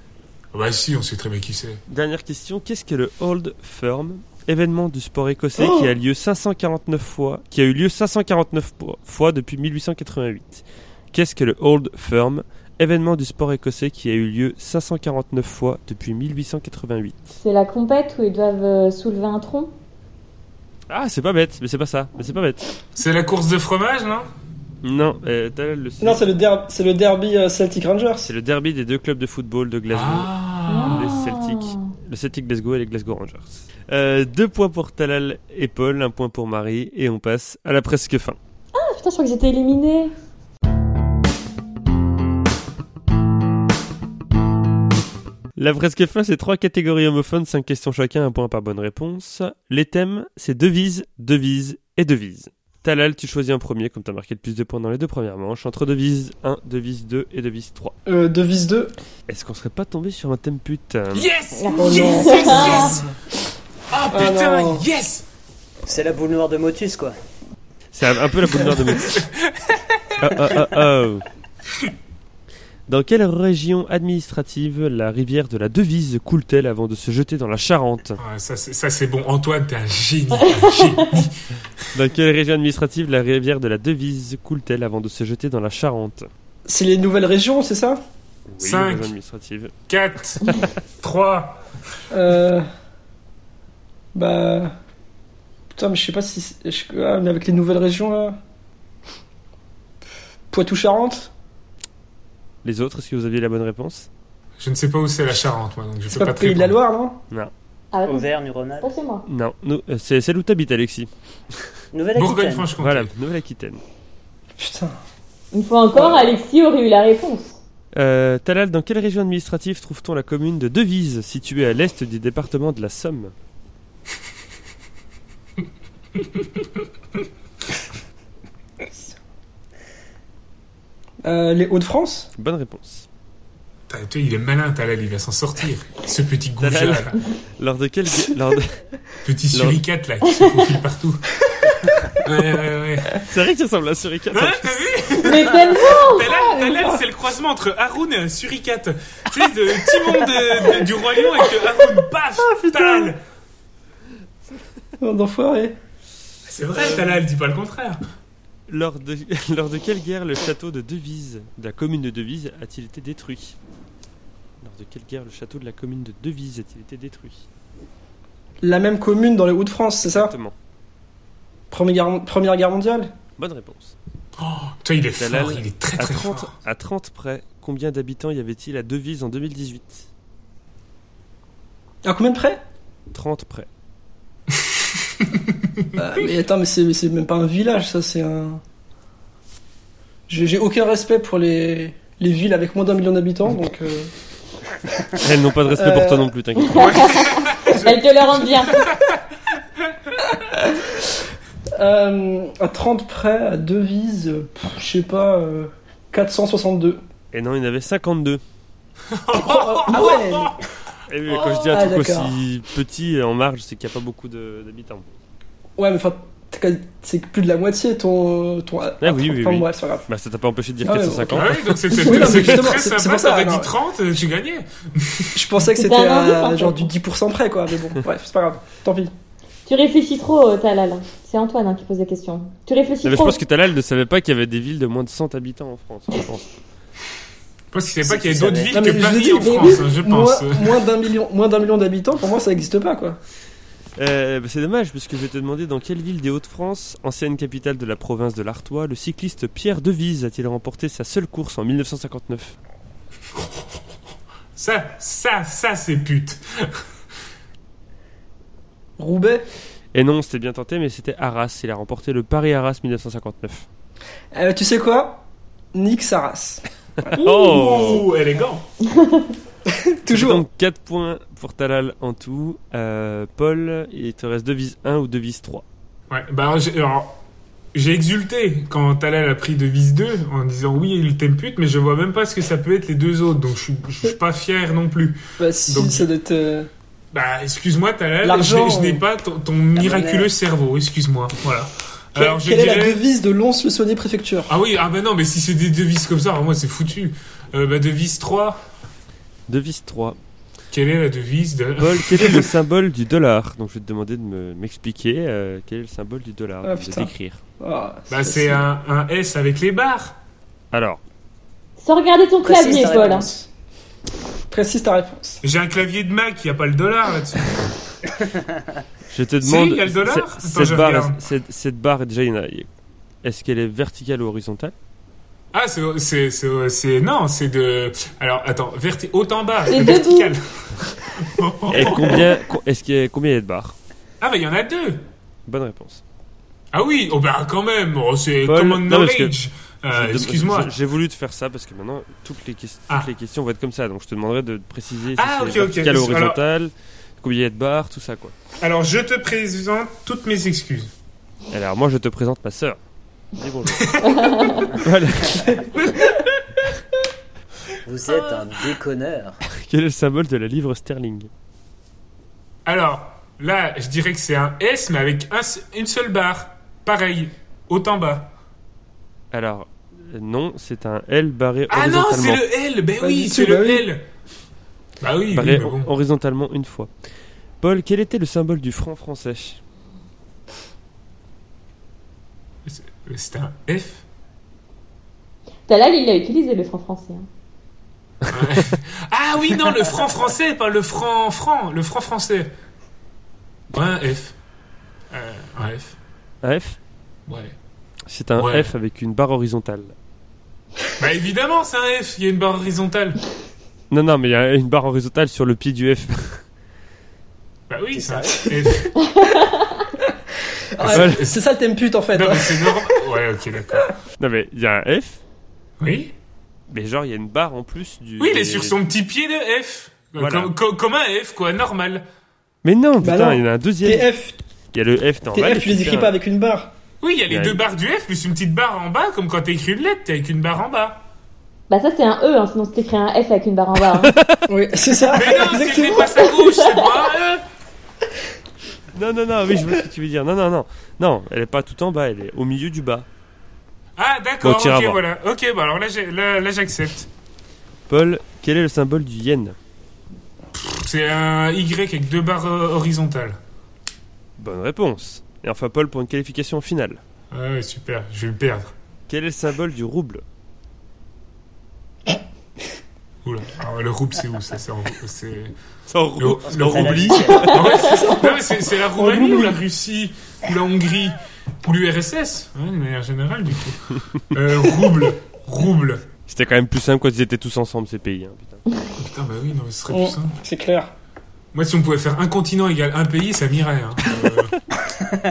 S4: bah, si, on sait très bien qui c'est.
S1: Dernière question qu'est-ce que le Old Firm Événement du sport écossais qui a lieu 549 fois, qui a eu lieu 549 po- fois depuis 1888. Qu'est-ce que le Old Firm Événement du sport écossais qui a eu lieu 549 fois depuis 1888.
S3: C'est la compète où ils doivent euh, soulever un tronc.
S1: Ah, c'est pas bête, mais c'est pas ça, mais c'est pas bête.
S4: C'est la course de fromage, non
S1: Non, euh, t'as le sait.
S5: Non, c'est le, der- c'est le derby euh, Celtic
S1: C'est
S5: Rangers.
S1: le derby des deux clubs de football de Glasgow.
S4: Ah
S1: Les Celtics. Le Celtic Glasgow et les Glasgow Rangers. Euh, deux points pour Talal et Paul, un point pour Marie, et on passe à la presque fin.
S3: Ah, putain, je crois qu'ils étaient éliminés.
S1: La presque fin, c'est trois catégories homophones, cinq questions chacun, un point par bonne réponse. Les thèmes, c'est devise, devise et devise. Talal, tu choisis un premier, comme t'as marqué le plus de points dans les deux premières manches, entre devise 1, devise 2 et devise 3.
S5: Euh, devise 2.
S1: Est-ce qu'on serait pas tombé sur un thème putain
S4: Yes
S5: Oh
S4: Yes,
S5: non.
S4: yes, yes Ah
S5: Oh
S4: putain,
S5: non.
S4: yes
S2: C'est la boule noire de Motus, quoi.
S1: C'est un un peu la boule noire de Motus. Oh, oh, oh, oh. Dans quelle région administrative la rivière de la Devise coule-t-elle avant de se jeter dans la Charente
S4: Ah, ça, c'est- ça, c'est bon. Antoine, t'es un génie. un génie.
S1: Dans quelle région administrative la rivière de la Devise coule-t-elle avant de se jeter dans la Charente
S5: C'est les nouvelles régions, c'est ça
S1: Oui,
S4: Cinq.
S1: région administrative.
S4: 4, 3,
S5: Euh. Bah. Putain, mais je sais pas si. c'est- je- Ah, mais avec les nouvelles régions là. Poitou-Charentes
S1: Les autres, est-ce que vous aviez la bonne réponse
S4: je ne sais pas où c'est la Charente, moi, donc je
S5: C'est
S4: peux
S5: pas
S4: pas
S5: le
S4: te
S5: pays de la
S4: répondre.
S5: Loire, non
S3: Ah, attends,
S2: Auvergne, Rhône-Alpes.
S3: ça, c'est moi.
S1: Non, nous- euh, c'est celle où t'habites, Alexis.
S2: Nouvelle-Aquitaine.
S4: Bourgogne-Franche-Comté.
S1: Voilà, Nouvelle-Aquitaine.
S5: Putain.
S3: Une fois encore, Alexis aurait eu la réponse.
S1: Euh, Talal, dans quelle région administrative trouve-t-on la commune de Devise, située à l'est du département de la Somme
S5: Euh, les Hauts-de-France
S1: Bonne réponse.
S4: T'as- tu vois, il est malin, Talal, il va s'en sortir. Ce petit goujat,
S1: Talal.
S4: là.
S1: Lors de quelle... gue- lors de-
S4: Petit
S1: Lors-
S4: suricate, là, qui se faufile partout. Ouais, ouais, ouais.
S1: C'est vrai que ça semble un suricate.
S4: Hein, t'as vu
S3: Mais tellement
S5: Oh,
S4: Talal, Talal, c'est le croisement entre Haroun et un suricate. Tu sais, de Timon de- de- du Roi Lion avec Haroun, paf
S5: Ah,
S4: Talal
S5: Oh, d'enfoiré.
S4: C'est vrai, Talal, dis pas le contraire.
S1: Lors de, lors de quelle guerre le château de Devise, de la commune de Devise, a-t-il été détruit Lors de quelle guerre le château de la commune de Devise a-t-il été détruit
S5: La même commune dans les Hauts-de-France, c'est ça
S1: Exactement.
S5: Première guerre, Première guerre mondiale
S1: Bonne réponse.
S4: Toi, il est
S1: Talal,
S4: fort, il est très
S1: À
S4: très
S1: 30,
S4: fort.
S1: à 30 près, combien d'habitants y avait-il à Devise en 2018
S5: À combien de près
S1: 30 près.
S5: Euh, Mais attends, mais c'est c'est même pas un village, ça, c'est un. J'ai j'ai aucun respect pour les, les villes avec moins d'un million d'habitants, donc. euh,
S1: Elles n'ont pas de respect pour toi
S5: Euh.
S1: non plus, t'inquiète.
S3: Elle te le rend bien.
S5: Euh, à 30 près, à devise, euh, pff, je sais pas, euh, 462.
S1: Et non, il y en avait 52.
S5: ah ouais
S1: Et oui, quand je dis un
S5: Ah,
S1: truc
S5: d'accord.
S1: aussi petit et en marge, c'est qu'il n'y a pas beaucoup de- d'habitants.
S5: Ouais, mais enfin, t'as quand même- c'est plus de la moitié ton. ton ah,
S1: oui, oui,
S5: enfin,
S1: oui.
S5: bref, c'est pas grave.
S1: Bah, ça t'a pas empêché de dire
S5: Ah ouais,
S1: 450.
S4: Ah oui, donc c'était
S5: Oui, non, mais
S4: c'était
S5: justement,
S4: très
S5: c'est- c'est
S4: sympa,
S5: pour ça,
S4: t'aurais
S5: non.
S4: dit 30, tu gagnais.
S5: Je pensais que
S3: C'était
S5: c'était
S3: un indice,
S5: à,
S3: en fait.
S5: genre du 10% près, quoi, mais bon, bref, c'est pas grave, tant pis.
S3: Tu réfléchis trop, euh, Talal. C'est Antoine hein, qui pose la question. Tu réfléchis
S1: Non, mais je
S3: trop.
S1: pense que Talal ne savait pas qu'il y avait des villes de moins de 100 habitants en France. je pense.
S4: Je pense qu'il savait pas qu'il y avait
S2: C'est-
S4: d'autres
S2: c'est-
S4: villes
S5: Non, mais
S4: que
S5: je l'ai
S4: Paris
S5: dit,
S4: en
S5: mais
S4: France,
S5: oui,
S4: hein, je pense.
S5: Moins, moins d'un million, moins d'un million d'habitants, pour moi, ça existe pas, quoi.
S1: Euh, bah, c'est dommage, parce que je vais te demander dans quelle ville des Hauts-de-France, ancienne capitale de la province de l'Artois, le cycliste Pierre Devise a-t-il remporté sa seule course en 1959
S4: Ça, ça, ça, c'est pute.
S5: Roubaix
S1: Et non, c'était bien tenté, mais c'était Arras. Il a remporté le Paris-Arras 1959.
S5: Euh, Tu sais quoi Nick Saras.
S1: Oh.
S4: Ouh, élégant.
S5: Toujours.
S1: Donc 4 points pour Talal en tout. Euh, Paul, il te reste Devise 1 ou Devise 3
S4: Ouais, bah alors, j'ai- alors, j'ai exulté quand Talal a pris devise 2 en disant oui, il t'aime pute, mais je vois même pas ce que ça peut être les deux autres, donc je suis- je suis pas fier non plus.
S5: Bah, si,
S4: donc-
S5: ça doit être. euh,
S4: Bah, excuse-moi, Talal, je,
S5: L'argent, Ah,
S4: je n'ai pas ton, ton miraculeux
S2: monnaie.
S4: cerveau, excuse-moi. Voilà.
S5: Quelle,
S4: Alors, je
S5: quelle est la
S4: dirais.
S5: devise de Lons-le-Saunier-Préfecture
S4: Ah oui, ah bah non, mais si c'est des devises comme ça, alors moi c'est foutu. Euh, bah, devise 3,
S1: Devise 3.
S4: quelle est la devise de.
S1: Paul, quel est le symbole du dollar Donc je vais te demander de me- m'expliquer euh, quel est le symbole du dollar,
S5: Ah,
S1: de
S5: putain.
S1: décrire.
S5: Ah,
S4: Bah, c'est un, un S avec les barres.
S1: Alors,
S3: Sans regarder ton
S2: Précise
S3: clavier,
S2: ta
S3: Paul. hein.
S2: réponse.
S5: Précise ta réponse.
S4: J'ai un clavier de Mac, il n'y a pas le dollar là-dessus.
S1: je te
S4: Si,
S1: demande...
S4: il y a le dollar
S1: c'est-
S4: Attends, je
S1: cette, barre,
S4: regarde.
S1: cette, cette barre, déjà, il y en a- Est-ce qu'elle est verticale ou horizontale
S4: Ah, c'est, c'est, c'est, c'est- non, c'est de. Alors, attends, verti... haut en bas,
S3: Les deux
S4: vertical. Oh.
S1: Et combien, co- est-ce qu'il y a, combien il y a de barres
S4: Ah, bah, il y en a deux.
S1: Bonne réponse.
S4: Ah oui, oh bah quand même, oh, c'est
S1: Paul,
S4: common
S1: non, parce que-
S4: knowledge. Euh,
S1: Je-
S4: Excuse-moi.
S1: je- J'ai voulu te faire ça parce que maintenant toutes les, ques-
S4: Ah.
S1: toutes les questions vont être comme ça. Donc je te demanderai de préciser si
S4: Ah,
S1: c'est
S4: ok, ok.
S1: vertical ou
S4: Alors-
S1: horizontal, combien il y a de barres, tout ça quoi.
S4: Alors je te présente toutes mes excuses.
S1: Alors moi je te présente ma sœur. Dis bonjour. voilà.
S2: Vous êtes un déconneur.
S1: Quel est le symbole de la livre sterling
S4: Alors là, je dirais que c'est un S, mais avec un se- une seule barre. Pareil, haut en bas.
S1: Alors euh, non, c'est un L barré
S4: Ah non,
S1: horizontalement.
S4: c'est le L. Ben
S5: Pas
S4: oui,
S5: du
S4: c'est
S5: tout,
S4: le
S5: bah oui.
S4: L. Bah oui, oui,
S1: Barré
S4: mais bon.
S1: horizontalement une fois. Paul, quel était le symbole du franc français
S4: c'est un F.
S3: Talal, il l'a utilisé, le franc français. hein.
S4: Ah oui, non, le franc français, pas le franc franc, le franc français. Ouais, un F. Euh, un F.
S1: Un F
S4: Ouais.
S1: C'est un
S4: Ouais.
S1: F avec une barre horizontale.
S4: Bah évidemment, c'est un F, il y a une barre horizontale.
S1: Non, non, mais il y a une barre horizontale sur le pied du F.
S4: Bah oui, c'est
S2: C'est
S4: un F.
S5: Ah,
S1: Voilà.
S5: c'est- C'est ça le thème pute en fait.
S4: Non,
S5: hein.
S4: mais c'est normal. Ouais, ok, d'accord.
S1: non, mais il y a un F
S4: Oui
S1: Mais genre, il y a une barre en plus du.
S4: Oui, il est sur son petit pied de F. Euh,
S1: Voilà.
S4: Comme, comme- comme un F, quoi, normal.
S1: Mais non,
S5: Bah
S1: putain,
S5: non.
S1: il y en a un deuxième.
S5: TF,
S1: Il y a le F normal.
S5: TF, tu les écris pas avec une barre.
S4: Oui, il y a les
S1: Ouais.
S4: deux barres du F, plus une petite barre en bas, comme quand t'écris une lettre, t'es avec une barre en bas.
S3: Bah ça c'est un E, hein, sinon c'était écrit un F avec une barre en bas. hein.
S5: Oui, c'est ça.
S4: Mais non, c'est
S5: Exactement.
S4: pas sa gauche, c'est pas un E.
S1: Non, non, non, oui, je vois ce que tu veux dire. Non, non, non. Non, elle est pas tout en bas, elle est au milieu du bas.
S4: Ah, d'accord,
S1: Bon, t'iras
S4: ok,
S1: voir.
S4: voilà. Ok, bah alors là, j'ai- là, là, j'accepte.
S1: Paul, quel est le symbole du yen
S4: C'est un Y avec deux barres euh, horizontales.
S1: Bonne réponse. Et enfin, Paul, pour une qualification finale.
S4: Ah ouais, super, je vais le perdre.
S1: Quel est le symbole du rouble
S4: Oula, alors, le rouble, c'est où ça C'est en- c'est-
S1: Sans
S4: Le,
S1: roue.
S4: le roubli Ah ouais, c'est ça. Non, mais c'est c'est la Roumanie ou la Russie ou la Hongrie ou l'URSS, ouais, hein, de manière générale, du coup. Euh, rouble, rouble.
S1: C'était quand même plus simple quand ils étaient tous ensemble, ces pays. hein, putain.
S4: Putain, bah oui, non, mais ce serait
S5: Oh,
S4: plus simple.
S5: C'est clair.
S4: Moi, si on pouvait faire un continent égal un pays, ça m'irait. Hein. Euh,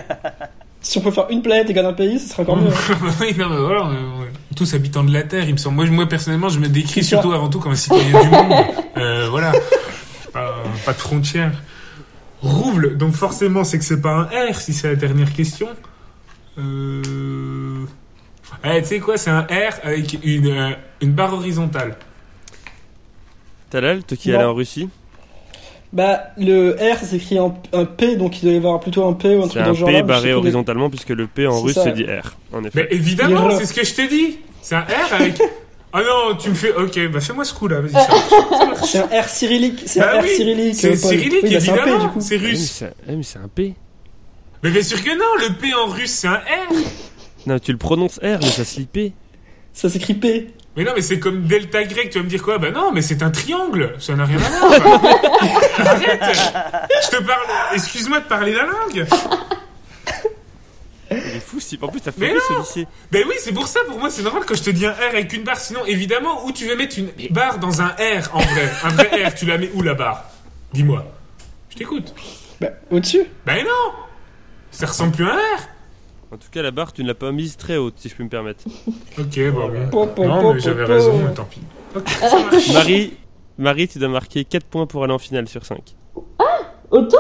S5: Si on peut faire une planète égale un pays, ce serait
S4: Mm.
S5: encore mieux.
S4: oui, non, mais voilà, on est tous habitants de la Terre, il me semble. Moi, je- moi personnellement, je me décris
S5: C'est ça.
S4: surtout avant tout comme un citoyen du monde. Euh, voilà, pas, pas de frontières. Rouble, donc forcément, c'est que c'est pas un R si c'est la dernière question. Euh... eh, tu sais quoi, c'est un R avec une, euh, une barre horizontale.
S1: Talal, toi qui es
S5: Non.
S1: allé en Russie
S5: Bah, le R, ça s'écrit en un P, donc il doit y avoir plutôt un P ou un
S1: C'est
S5: truc dans
S1: un
S5: le genre.
S1: P
S5: là, mais je sais
S1: barré
S5: pas des-
S1: horizontalement, puisque le P en
S5: C'est
S1: russe
S5: ça.
S1: se dit R. En
S4: Mais
S1: effet.
S4: Ben, évidemment,
S5: Erreur.
S4: c'est ce que je t'ai dit. C'est un R avec. Ah non, tu me fais. Ok, bah fais-moi ce coup là, vas-y. ça marche.
S5: C'est un R cyrillique. C'est
S4: Bah
S5: un R
S4: oui,
S5: cyrillique.
S4: C'est
S5: Paul.
S4: cyrillique,
S5: Oui, bah, c'est un P du
S4: évidemment.
S5: coup.
S4: C'est
S1: Eh, mais
S4: russe.
S1: c'est- eh, mais c'est un P.
S4: Mais bien sûr que non, le P en russe c'est un R.
S1: Non, tu le prononces R, mais ça se lit P.
S5: Ça s'écrit P.
S4: Mais non, mais c'est comme delta grec, tu vas me dire quoi Bah non, mais c'est un triangle, ça n'a rien à voir. Arrête Je te parle, excuse-moi de parler la langue.
S1: Il est fou, si- en plus, t'as fait
S4: Mais
S1: plus ce lycée.
S4: Ben oui, c'est pour ça, pour moi, c'est normal quand je te dis un R avec une barre, sinon évidemment, où tu veux mettre une barre dans un R en vrai Un vrai R, tu la mets où la barre Dis-moi. Je t'écoute.
S5: Bah, au-dessus.
S4: Ben non Ça ressemble plus à un R
S1: En tout cas, la barre, tu ne l'as pas mise très haute, si je peux me permettre.
S4: Ok, bon,
S5: Po,
S4: bon.
S5: po, po,
S4: Non, mais
S5: po,
S4: j'avais
S5: po.
S4: raison, mais tant pis. Ok, ça marche.
S1: Marie, Marie, tu dois marquer 4 points pour aller en finale sur 5.
S3: Autant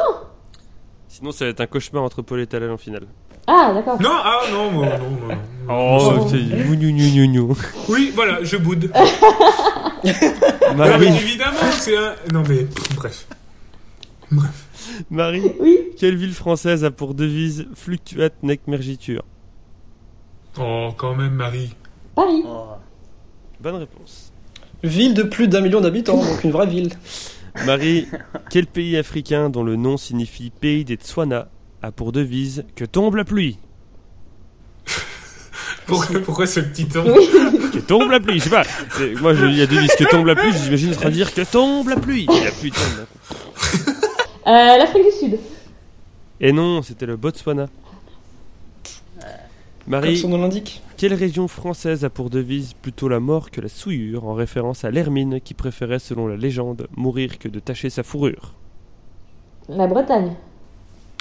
S1: Sinon, ça va être un cauchemar entre Paul et Talal en finale.
S3: Ah d'accord.
S4: Non, ah non, non, non, non. non.
S1: Oh,
S3: Oh.
S1: c'est you, you, you, you, you.
S4: Oui, voilà, je boude. Non, mais
S1: Marie,
S4: évidemment que c'est un. Non, mais pff, bref.
S1: Marie,
S3: Oui.
S1: quelle ville française a pour devise fluctuat nec mergitur
S4: Oh, quand même, Marie.
S3: Paris.
S2: Oh.
S1: Bonne réponse.
S5: Ville de plus d'un million d'habitants, donc une vraie ville.
S1: Marie, quel pays africain dont le nom signifie pays des Tswana a pour devise que tombe la pluie
S4: Pourquoi, pourquoi ce petit temps
S1: Que tombe la pluie, je sais pas. Et Moi, je- il y a devise que tombe la pluie, j'imagine ça dire que tombe la pluie. Et la pluie tombe.
S3: Euh, L'Afrique du Sud.
S1: Et non, c'était le Botswana.
S5: Euh, Comme
S1: Marie,
S5: son nom l'indique.
S1: quelle région française a pour devise plutôt la mort que la souillure, en référence à l'Hermine qui préférait, selon la légende, mourir que de tacher sa fourrure
S3: La Bretagne.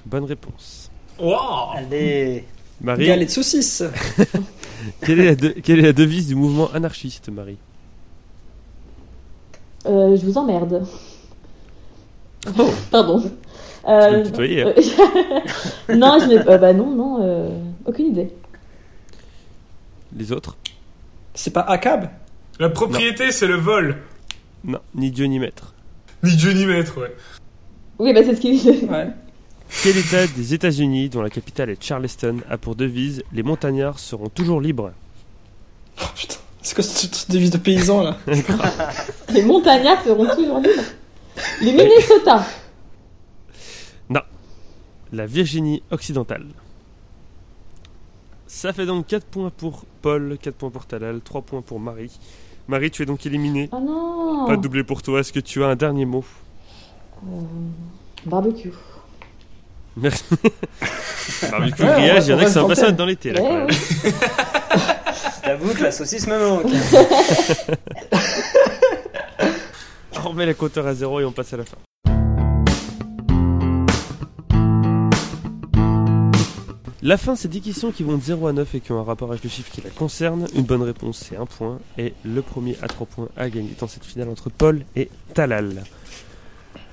S1: Bonne réponse.
S4: Wow
S2: Allez,
S1: Marie,
S5: Galette saucisse.
S1: quelle, est la de- quelle est la devise du mouvement anarchiste, Marie
S3: Euh, je vous emmerde. Pardon.
S1: Tu peux me
S3: Euh,
S1: tutoyer, hein.
S3: euh, non, je n'ai pas. bah non, non, euh, aucune idée.
S1: Les autres
S5: C'est pas ACAB
S4: La propriété, c'est le vol.
S1: Non, ni Dieu ni maître.
S4: Ni Dieu ni maître, ouais.
S3: Oui, bah c'est ce qu'il dit.
S5: Ouais.
S1: Quel état des États-Unis, dont la capitale est Charleston, a pour devise Les montagnards seront toujours libres
S5: Oh, putain. C'est quoi cette devise de paysan là
S3: Les montagnards seront toujours libres. Les Minnesota.
S1: La Virginie occidentale. Ça fait donc 4 points pour Paul, 4 points pour Talal, 3 points pour Marie. Marie, tu es donc éliminée.
S3: Oh
S1: Pas
S3: non.
S1: de doublé pour toi. Est-ce que tu as un dernier mot
S3: Barbecue.
S1: Merci. Barbecue
S5: Ouais, on
S1: grillage, il y en
S5: va-
S1: a
S5: on
S1: qui
S5: va
S1: sont
S5: se
S1: passés
S5: tenter.
S1: dans l'été là
S3: Ouais,
S1: quand même.
S3: ouais.
S2: J'avoue que la saucisse me manque. hein.
S1: On remet la compteur à zéro et on passe à la fin. La fin, c'est 10 questions qui vont de 0 à 9 et qui ont un rapport avec le chiffre qui la concerne. Une bonne réponse, c'est 1 point. Et le premier à 3 points a gagné dans cette finale entre Paul et Talal.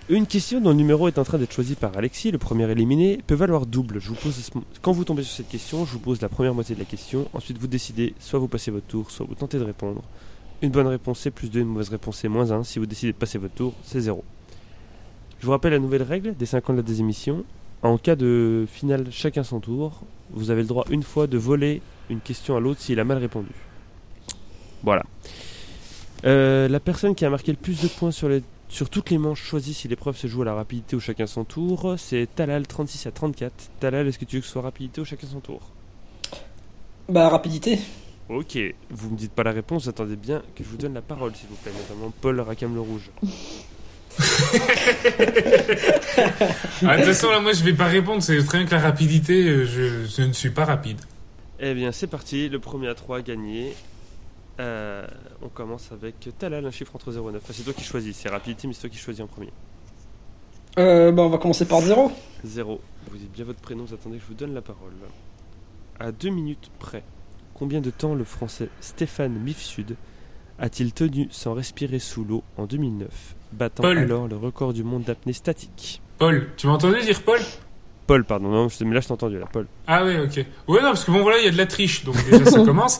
S1: Une question dont le numéro est en train d'être choisi par Alexis, le premier éliminé, peut valoir double. Je vous pose ce- Quand vous tombez sur cette question, je vous pose la première moitié de la question. Ensuite, vous décidez soit vous passez votre tour, soit vous tentez de répondre. Une bonne réponse c'est plus 2, une mauvaise réponse c'est moins 1. Si vous décidez de passer votre tour, c'est 0. Je vous rappelle la nouvelle règle des 5 ans de la désémission. En cas de finale chacun son tour, vous avez le droit une fois de voler une question à l'autre s'il a mal répondu. Voilà. Euh, la personne qui a marqué le plus de points sur, les- sur toutes les manches choisit si l'épreuve se joue à la rapidité ou chacun son tour. C'est Talal 36 à 34. Talal, est-ce que tu veux que ce soit rapidité ou chacun son tour
S5: Bah, rapidité.
S1: Ok, vous me dites pas la réponse, attendez bien que je vous donne la parole, s'il vous plaît, notamment Paul Racam le Rouge.
S4: Ah, de toute façon, là, moi, je vais pas répondre. C'est très bien que la rapidité, euh, je, je ne suis pas rapide.
S1: Eh bien, c'est parti, le premier à 3 gagné. Euh, on commence avec Talal, un chiffre entre 0 et 9. Enfin, c'est toi qui choisis, c'est rapidité, mais c'est toi qui choisis en premier.
S5: Euh, bah, on va commencer par zéro.
S1: 0. Vous dites bien votre prénom, vous attendez que je vous donne la parole. À 2 minutes près, combien de temps le français Stéphane Mifsud a-t-il tenu sans respirer sous l'eau en 2009, battant
S4: Paul.
S1: alors le record du monde d'apnée statique
S4: Paul, tu m'as entendu dire Paul
S1: Paul, pardon, non, je- mais là je t'ai entendu, là, Paul.
S4: Ah ouais, ok. Ouais, non, parce que bon, voilà, il y a de la triche, donc déjà, ça commence.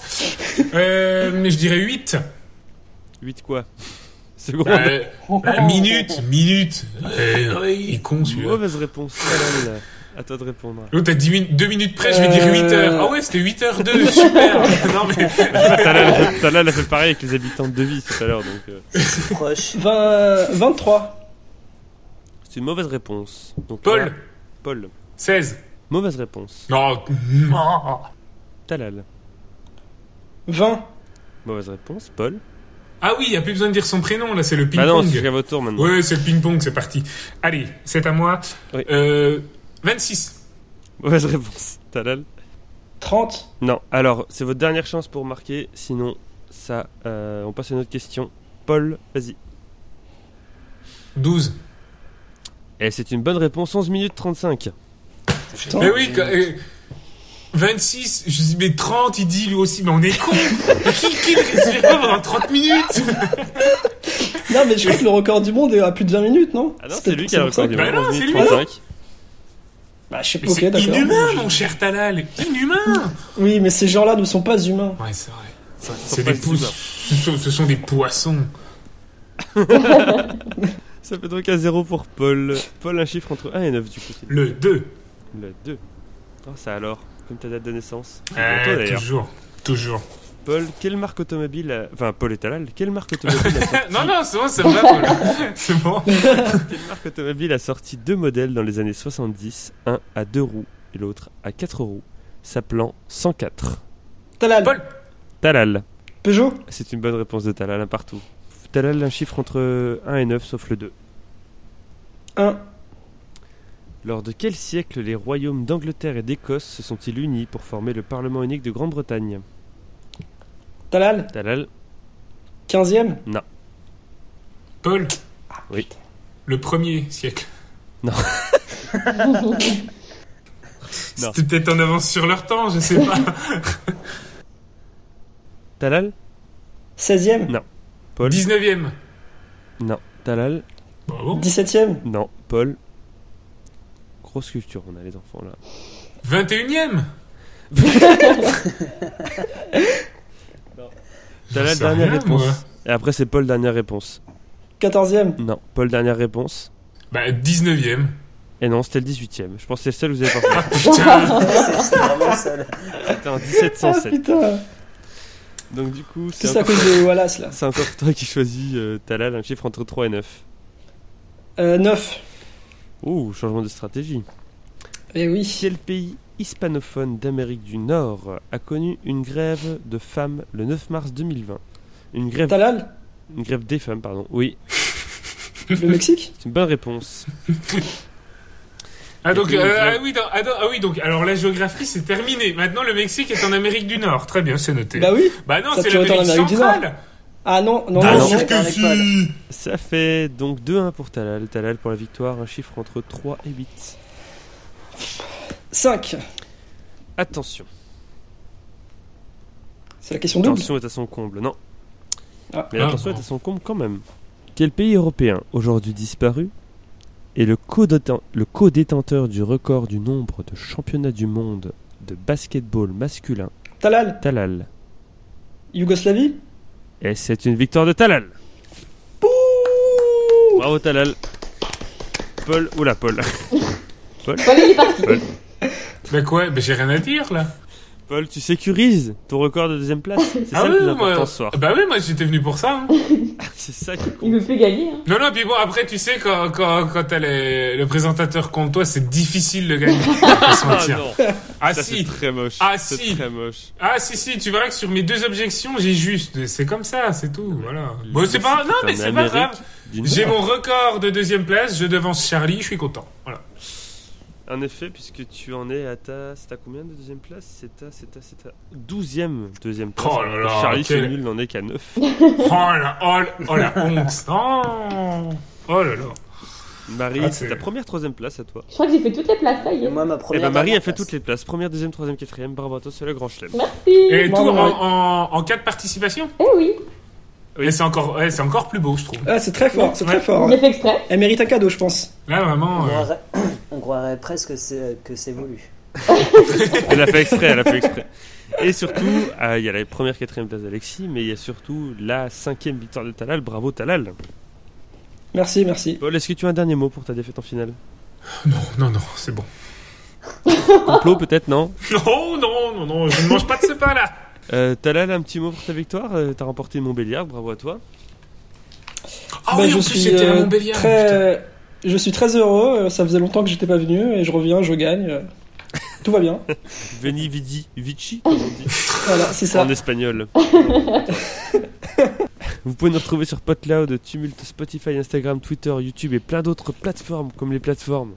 S4: Euh, mais je dirais 8.
S1: 8 quoi Bah, Seconde.
S4: Euh, euh, minute, minute. Euh, ouais, il est con, celui-là.
S1: Mauvaise réponse. Madame, là. À toi de répondre.
S4: L'autre, à 10 minutes, 2 minutes près, je vais dire
S5: Euh.
S4: 8 heures. Ah ouais, c'était 8 h 2 super. non, mais...
S1: Talal Talal a fait pareil avec les habitants de Devise tout à l'heure, donc euh,
S2: Proche.
S5: 20, 23.
S1: c'est une mauvaise réponse. Donc, là,
S4: Paul,
S1: Paul.
S4: 16.
S1: Mauvaise réponse.
S4: Non, Ah non.
S1: Talal.
S5: 20.
S1: Mauvaise réponse. Paul.
S4: Ah oui, il n'y a plus besoin de dire son prénom, là, c'est le
S1: Bah non,
S4: ping-pong.
S1: c'est chacun votre tour maintenant.
S4: ouais, c'est le ping-pong, c'est parti. Allez, c'est à moi.
S1: Oui.
S4: Euh, 26.
S1: Mauvaise réponse. Talal.
S5: 30.
S1: Non. Alors, c'est votre dernière chance pour marquer. Sinon, ça, euh, on passe à une autre question. Paul, vas-y.
S4: 12.
S1: Et Eh, c'est une bonne réponse. 11 minutes 35.
S5: Putain.
S4: Mais Eh oui, quand- euh, 26, je dis, mais 30, il dit lui aussi, mais on est con. qui, qui ne respire pas pendant 30 minutes
S5: Non, mais je crois que le record du monde est à plus de 20 minutes, non
S1: Ah non, c'est lui qui a le
S5: pour ça
S1: record du
S4: Bah
S5: que-
S1: monde.
S4: non,
S1: 11 minutes
S4: c'est lui.
S1: 35.
S5: Bah, je sais pas.
S4: Mais
S5: Ok,
S4: C'est
S5: d'accord.
S4: inhumain, mon cher Talal. Inhumain.
S5: Oui, mais ces gens-là ne sont pas humains.
S4: Ouais, c'est vrai.
S1: C'est
S4: C'est des pou- ce sont- ce sont des poissons.
S1: Ça fait donc à 0 pour Paul. Paul, un chiffre entre 1 et 9 du coup. c'est
S4: Le 2.
S1: Le 2. Oh, ça alors, comme ta date de naissance. C'est
S4: Ah,
S1: pour toi, d'ailleurs.
S4: toujours. Toujours.
S1: Paul, quelle marque automobile. a- Enfin, Paul et Talal, quelle marque automobile, a sorti...
S4: Non, non, c'est bon, ça me va. Paul. C'est bon.
S1: quelle marque automobile a sorti deux modèles dans les années 70, un à deux roues et l'autre à quatre roues, s'appelant 104
S5: Talal.
S4: Paul.
S1: Talal,
S5: Peugeot.
S1: c'est une bonne réponse de Talal, un partout. Talal, un chiffre entre 1 et 9, sauf le 2.
S5: 1.
S1: Lors de quel siècle les royaumes d'Angleterre et d'Écosse se sont-ils unis pour former le Parlement unique de Grande-Bretagne
S5: Talal.
S1: Talal,
S5: 15e.
S4: Paul.
S1: Oui.
S4: Le premier siècle.
S1: Non.
S4: C'était peut-être en avance sur leur temps, je sais pas.
S1: Talal
S5: 16e
S1: Paul
S4: 19ème.
S1: Non. Talal
S4: Bravo.
S5: 17e
S1: Non. Paul Grosse culture, on a les enfants là.
S4: 21ème.
S1: T'as la
S4: J'en sais
S1: dernière
S4: rien,
S1: réponse.
S4: moi.
S1: Et après, c'est Paul, dernière réponse.
S5: 14e
S1: Non. Paul, dernière réponse.
S4: Bah, 19ème.
S1: Et non, c'était le 18 e Je pense que c'est celle où vous avez pas fait.
S4: Ah, Putain.
S2: C'est c'est vraiment le seul.
S1: C'était en
S5: Ah
S1: 1707.
S5: putain
S1: Donc, du coup, c'est
S5: Tout ça à
S1: encore,
S5: cause de Wallace là.
S1: c'est encore toi qui choisis, euh, Talal, un chiffre entre 3 et 9.
S5: Euh, 9.
S1: Oh, changement de stratégie.
S5: Eh oui.
S1: Quel pays hispanophone d'Amérique du Nord a connu une grève de femmes le 9 mars 2020 Une grève,
S5: Talal
S1: une grève des femmes, pardon. Oui,
S5: Le Mexique
S1: c'est une bonne réponse.
S4: Ah, donc,
S1: Et puis,
S4: euh,
S1: je-
S4: ah, oui, donc- ah, donc- ah oui, donc, alors la géographie, c'est terminé. Maintenant, le Mexique est en Amérique du Nord. Très bien, c'est noté. Bah,
S5: Bah oui
S4: non,
S5: ça
S4: c'est
S5: peut être en
S4: l'Amérique
S5: Amérique du Nord.
S4: centrale.
S5: Ah non, non,
S4: Ah,
S5: non,
S1: non.
S5: non.
S4: sûr que
S2: Avec
S4: si.
S2: Paul.
S1: Ça fait donc 2-1 pour Talal. Talal pour la victoire, un chiffre entre 3 et 8.
S5: 5.
S1: Attention,
S5: C'est la question double.
S1: l'attention est à son comble. Non.
S5: Ah.
S1: Mais l'attention
S4: Ah.
S1: est à son comble quand même. Quel pays européen, aujourd'hui disparu, est le codéten- le co-détenteur du record du nombre de championnats du monde de basketball masculin
S5: Talal
S1: Talal
S5: Yougoslavie
S1: Et c'est une victoire de Talal Bravo Talal Paul, oula Paul
S3: Paul, il est parti.
S4: Bah quoi Bah, j'ai rien à dire, là.
S1: Paul, tu sécurises ton record de deuxième place C'est ça le plus important
S4: Ah moi.
S1: ce soir.
S4: Bah oui, moi, j'étais venu pour ça. hein.
S1: C'est ça qui
S3: Il
S1: compte.
S3: me fait gagner. Hein.
S4: Non, non, puis bon, après, tu sais, quand, quand, quand t'as les- le présentateur contre toi, c'est difficile de gagner. On va pas se
S1: Ah
S4: mentir.
S1: non,
S4: Ah,
S1: ça c'est
S4: si.
S1: très moche.
S4: Ah,
S1: C'est
S4: si.
S1: très moche.
S4: Ah, si, si, tu verras que sur mes deux objections, j'ai juste. C'est comme ça, c'est tout, voilà.
S1: Le
S4: Bon, c'est pas.
S1: Mexique
S4: Non,
S1: est
S4: mais
S1: en
S4: c'est pas
S1: Amérique
S4: grave.
S1: du Nord.
S4: J'ai mon record de deuxième place, je devance Charlie, je suis content. Voilà.
S1: En effet, puisque tu en es à ta. C'est à combien de deuxième place C'est à, c'est à, c'est à. Douzième deuxième place.
S4: Oh là là,
S1: Charlie,
S4: quel-
S1: ce nul n'en est qu'à neuf.
S4: Oh là, oh, là, oh la honte. Oh, oh là là.
S1: Marie,
S4: Ah,
S1: c'est
S4: c'est-
S1: ta première troisième place à toi.
S3: Je crois que j'ai fait toutes les places, ça y
S2: Et
S3: est.
S2: moi, ma
S1: Eh
S2: première.
S1: ben Marie a
S2: dernière
S1: fait
S2: place.
S1: toutes les places. Première, deuxième, troisième, quatrième. Bravo à toi, c'est le grand chelem.
S3: Merci. bah,
S4: Et tout
S5: Bravo,
S4: en,
S5: Marie.
S4: en, en cas de participation
S3: Eh oui,
S4: Et c'est encore, ouais, c'est encore plus beau, je trouve.
S5: Ah, c'est très fort, c'est
S4: Ouais.
S5: très fort. hein.
S3: j'ai fait exprès.
S5: Elle mérite un cadeau, je pense.
S4: Là,
S2: On
S4: vraiment. euh,
S2: croirait, on croirait presque c'est- que c'est voulu.
S1: Elle a fait exprès, elle a fait exprès. Et surtout, euh, il y a la première, quatrième place d'Alexis, mais il y a surtout la cinquième victoire de Talal. Bravo Talal.
S5: Merci, merci.
S1: Paul, est-ce que tu as un dernier mot pour ta défaite en finale
S4: Non, non, non, c'est bon.
S1: Complot peut-être, non
S4: Non, non, non, non, je ne mange pas de ce pain-là.
S1: Euh, Talal, un petit mot pour ta victoire. Euh, T'as remporté Montbéliard, bravo à toi.
S4: Ah
S5: Bah,
S4: oui,
S5: je
S4: en plus,
S5: suis,
S4: c'était à
S5: euh,
S4: Montbéliard. putain.
S5: Très... Je suis très heureux, euh, ça faisait longtemps que j'étais pas venu et je reviens, je gagne. euh, Tout va bien.
S1: Veni vidi vici, comme on dit
S5: Voilà, c'est ça.
S1: en espagnol. Vous pouvez nous retrouver sur PodCloud, Tumult, Spotify, Instagram, Twitter, YouTube et plein d'autres plateformes comme les plateformes.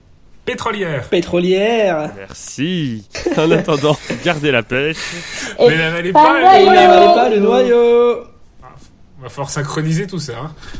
S4: Pétrolière.
S5: Pétrolière
S1: Merci. En attendant, gardez la pêche.
S3: Et
S4: Mais la valait
S3: pas
S4: pas,
S5: Et
S4: elle.
S5: n'avalez pas le noyau
S4: On va falloir synchroniser tout ça. hein.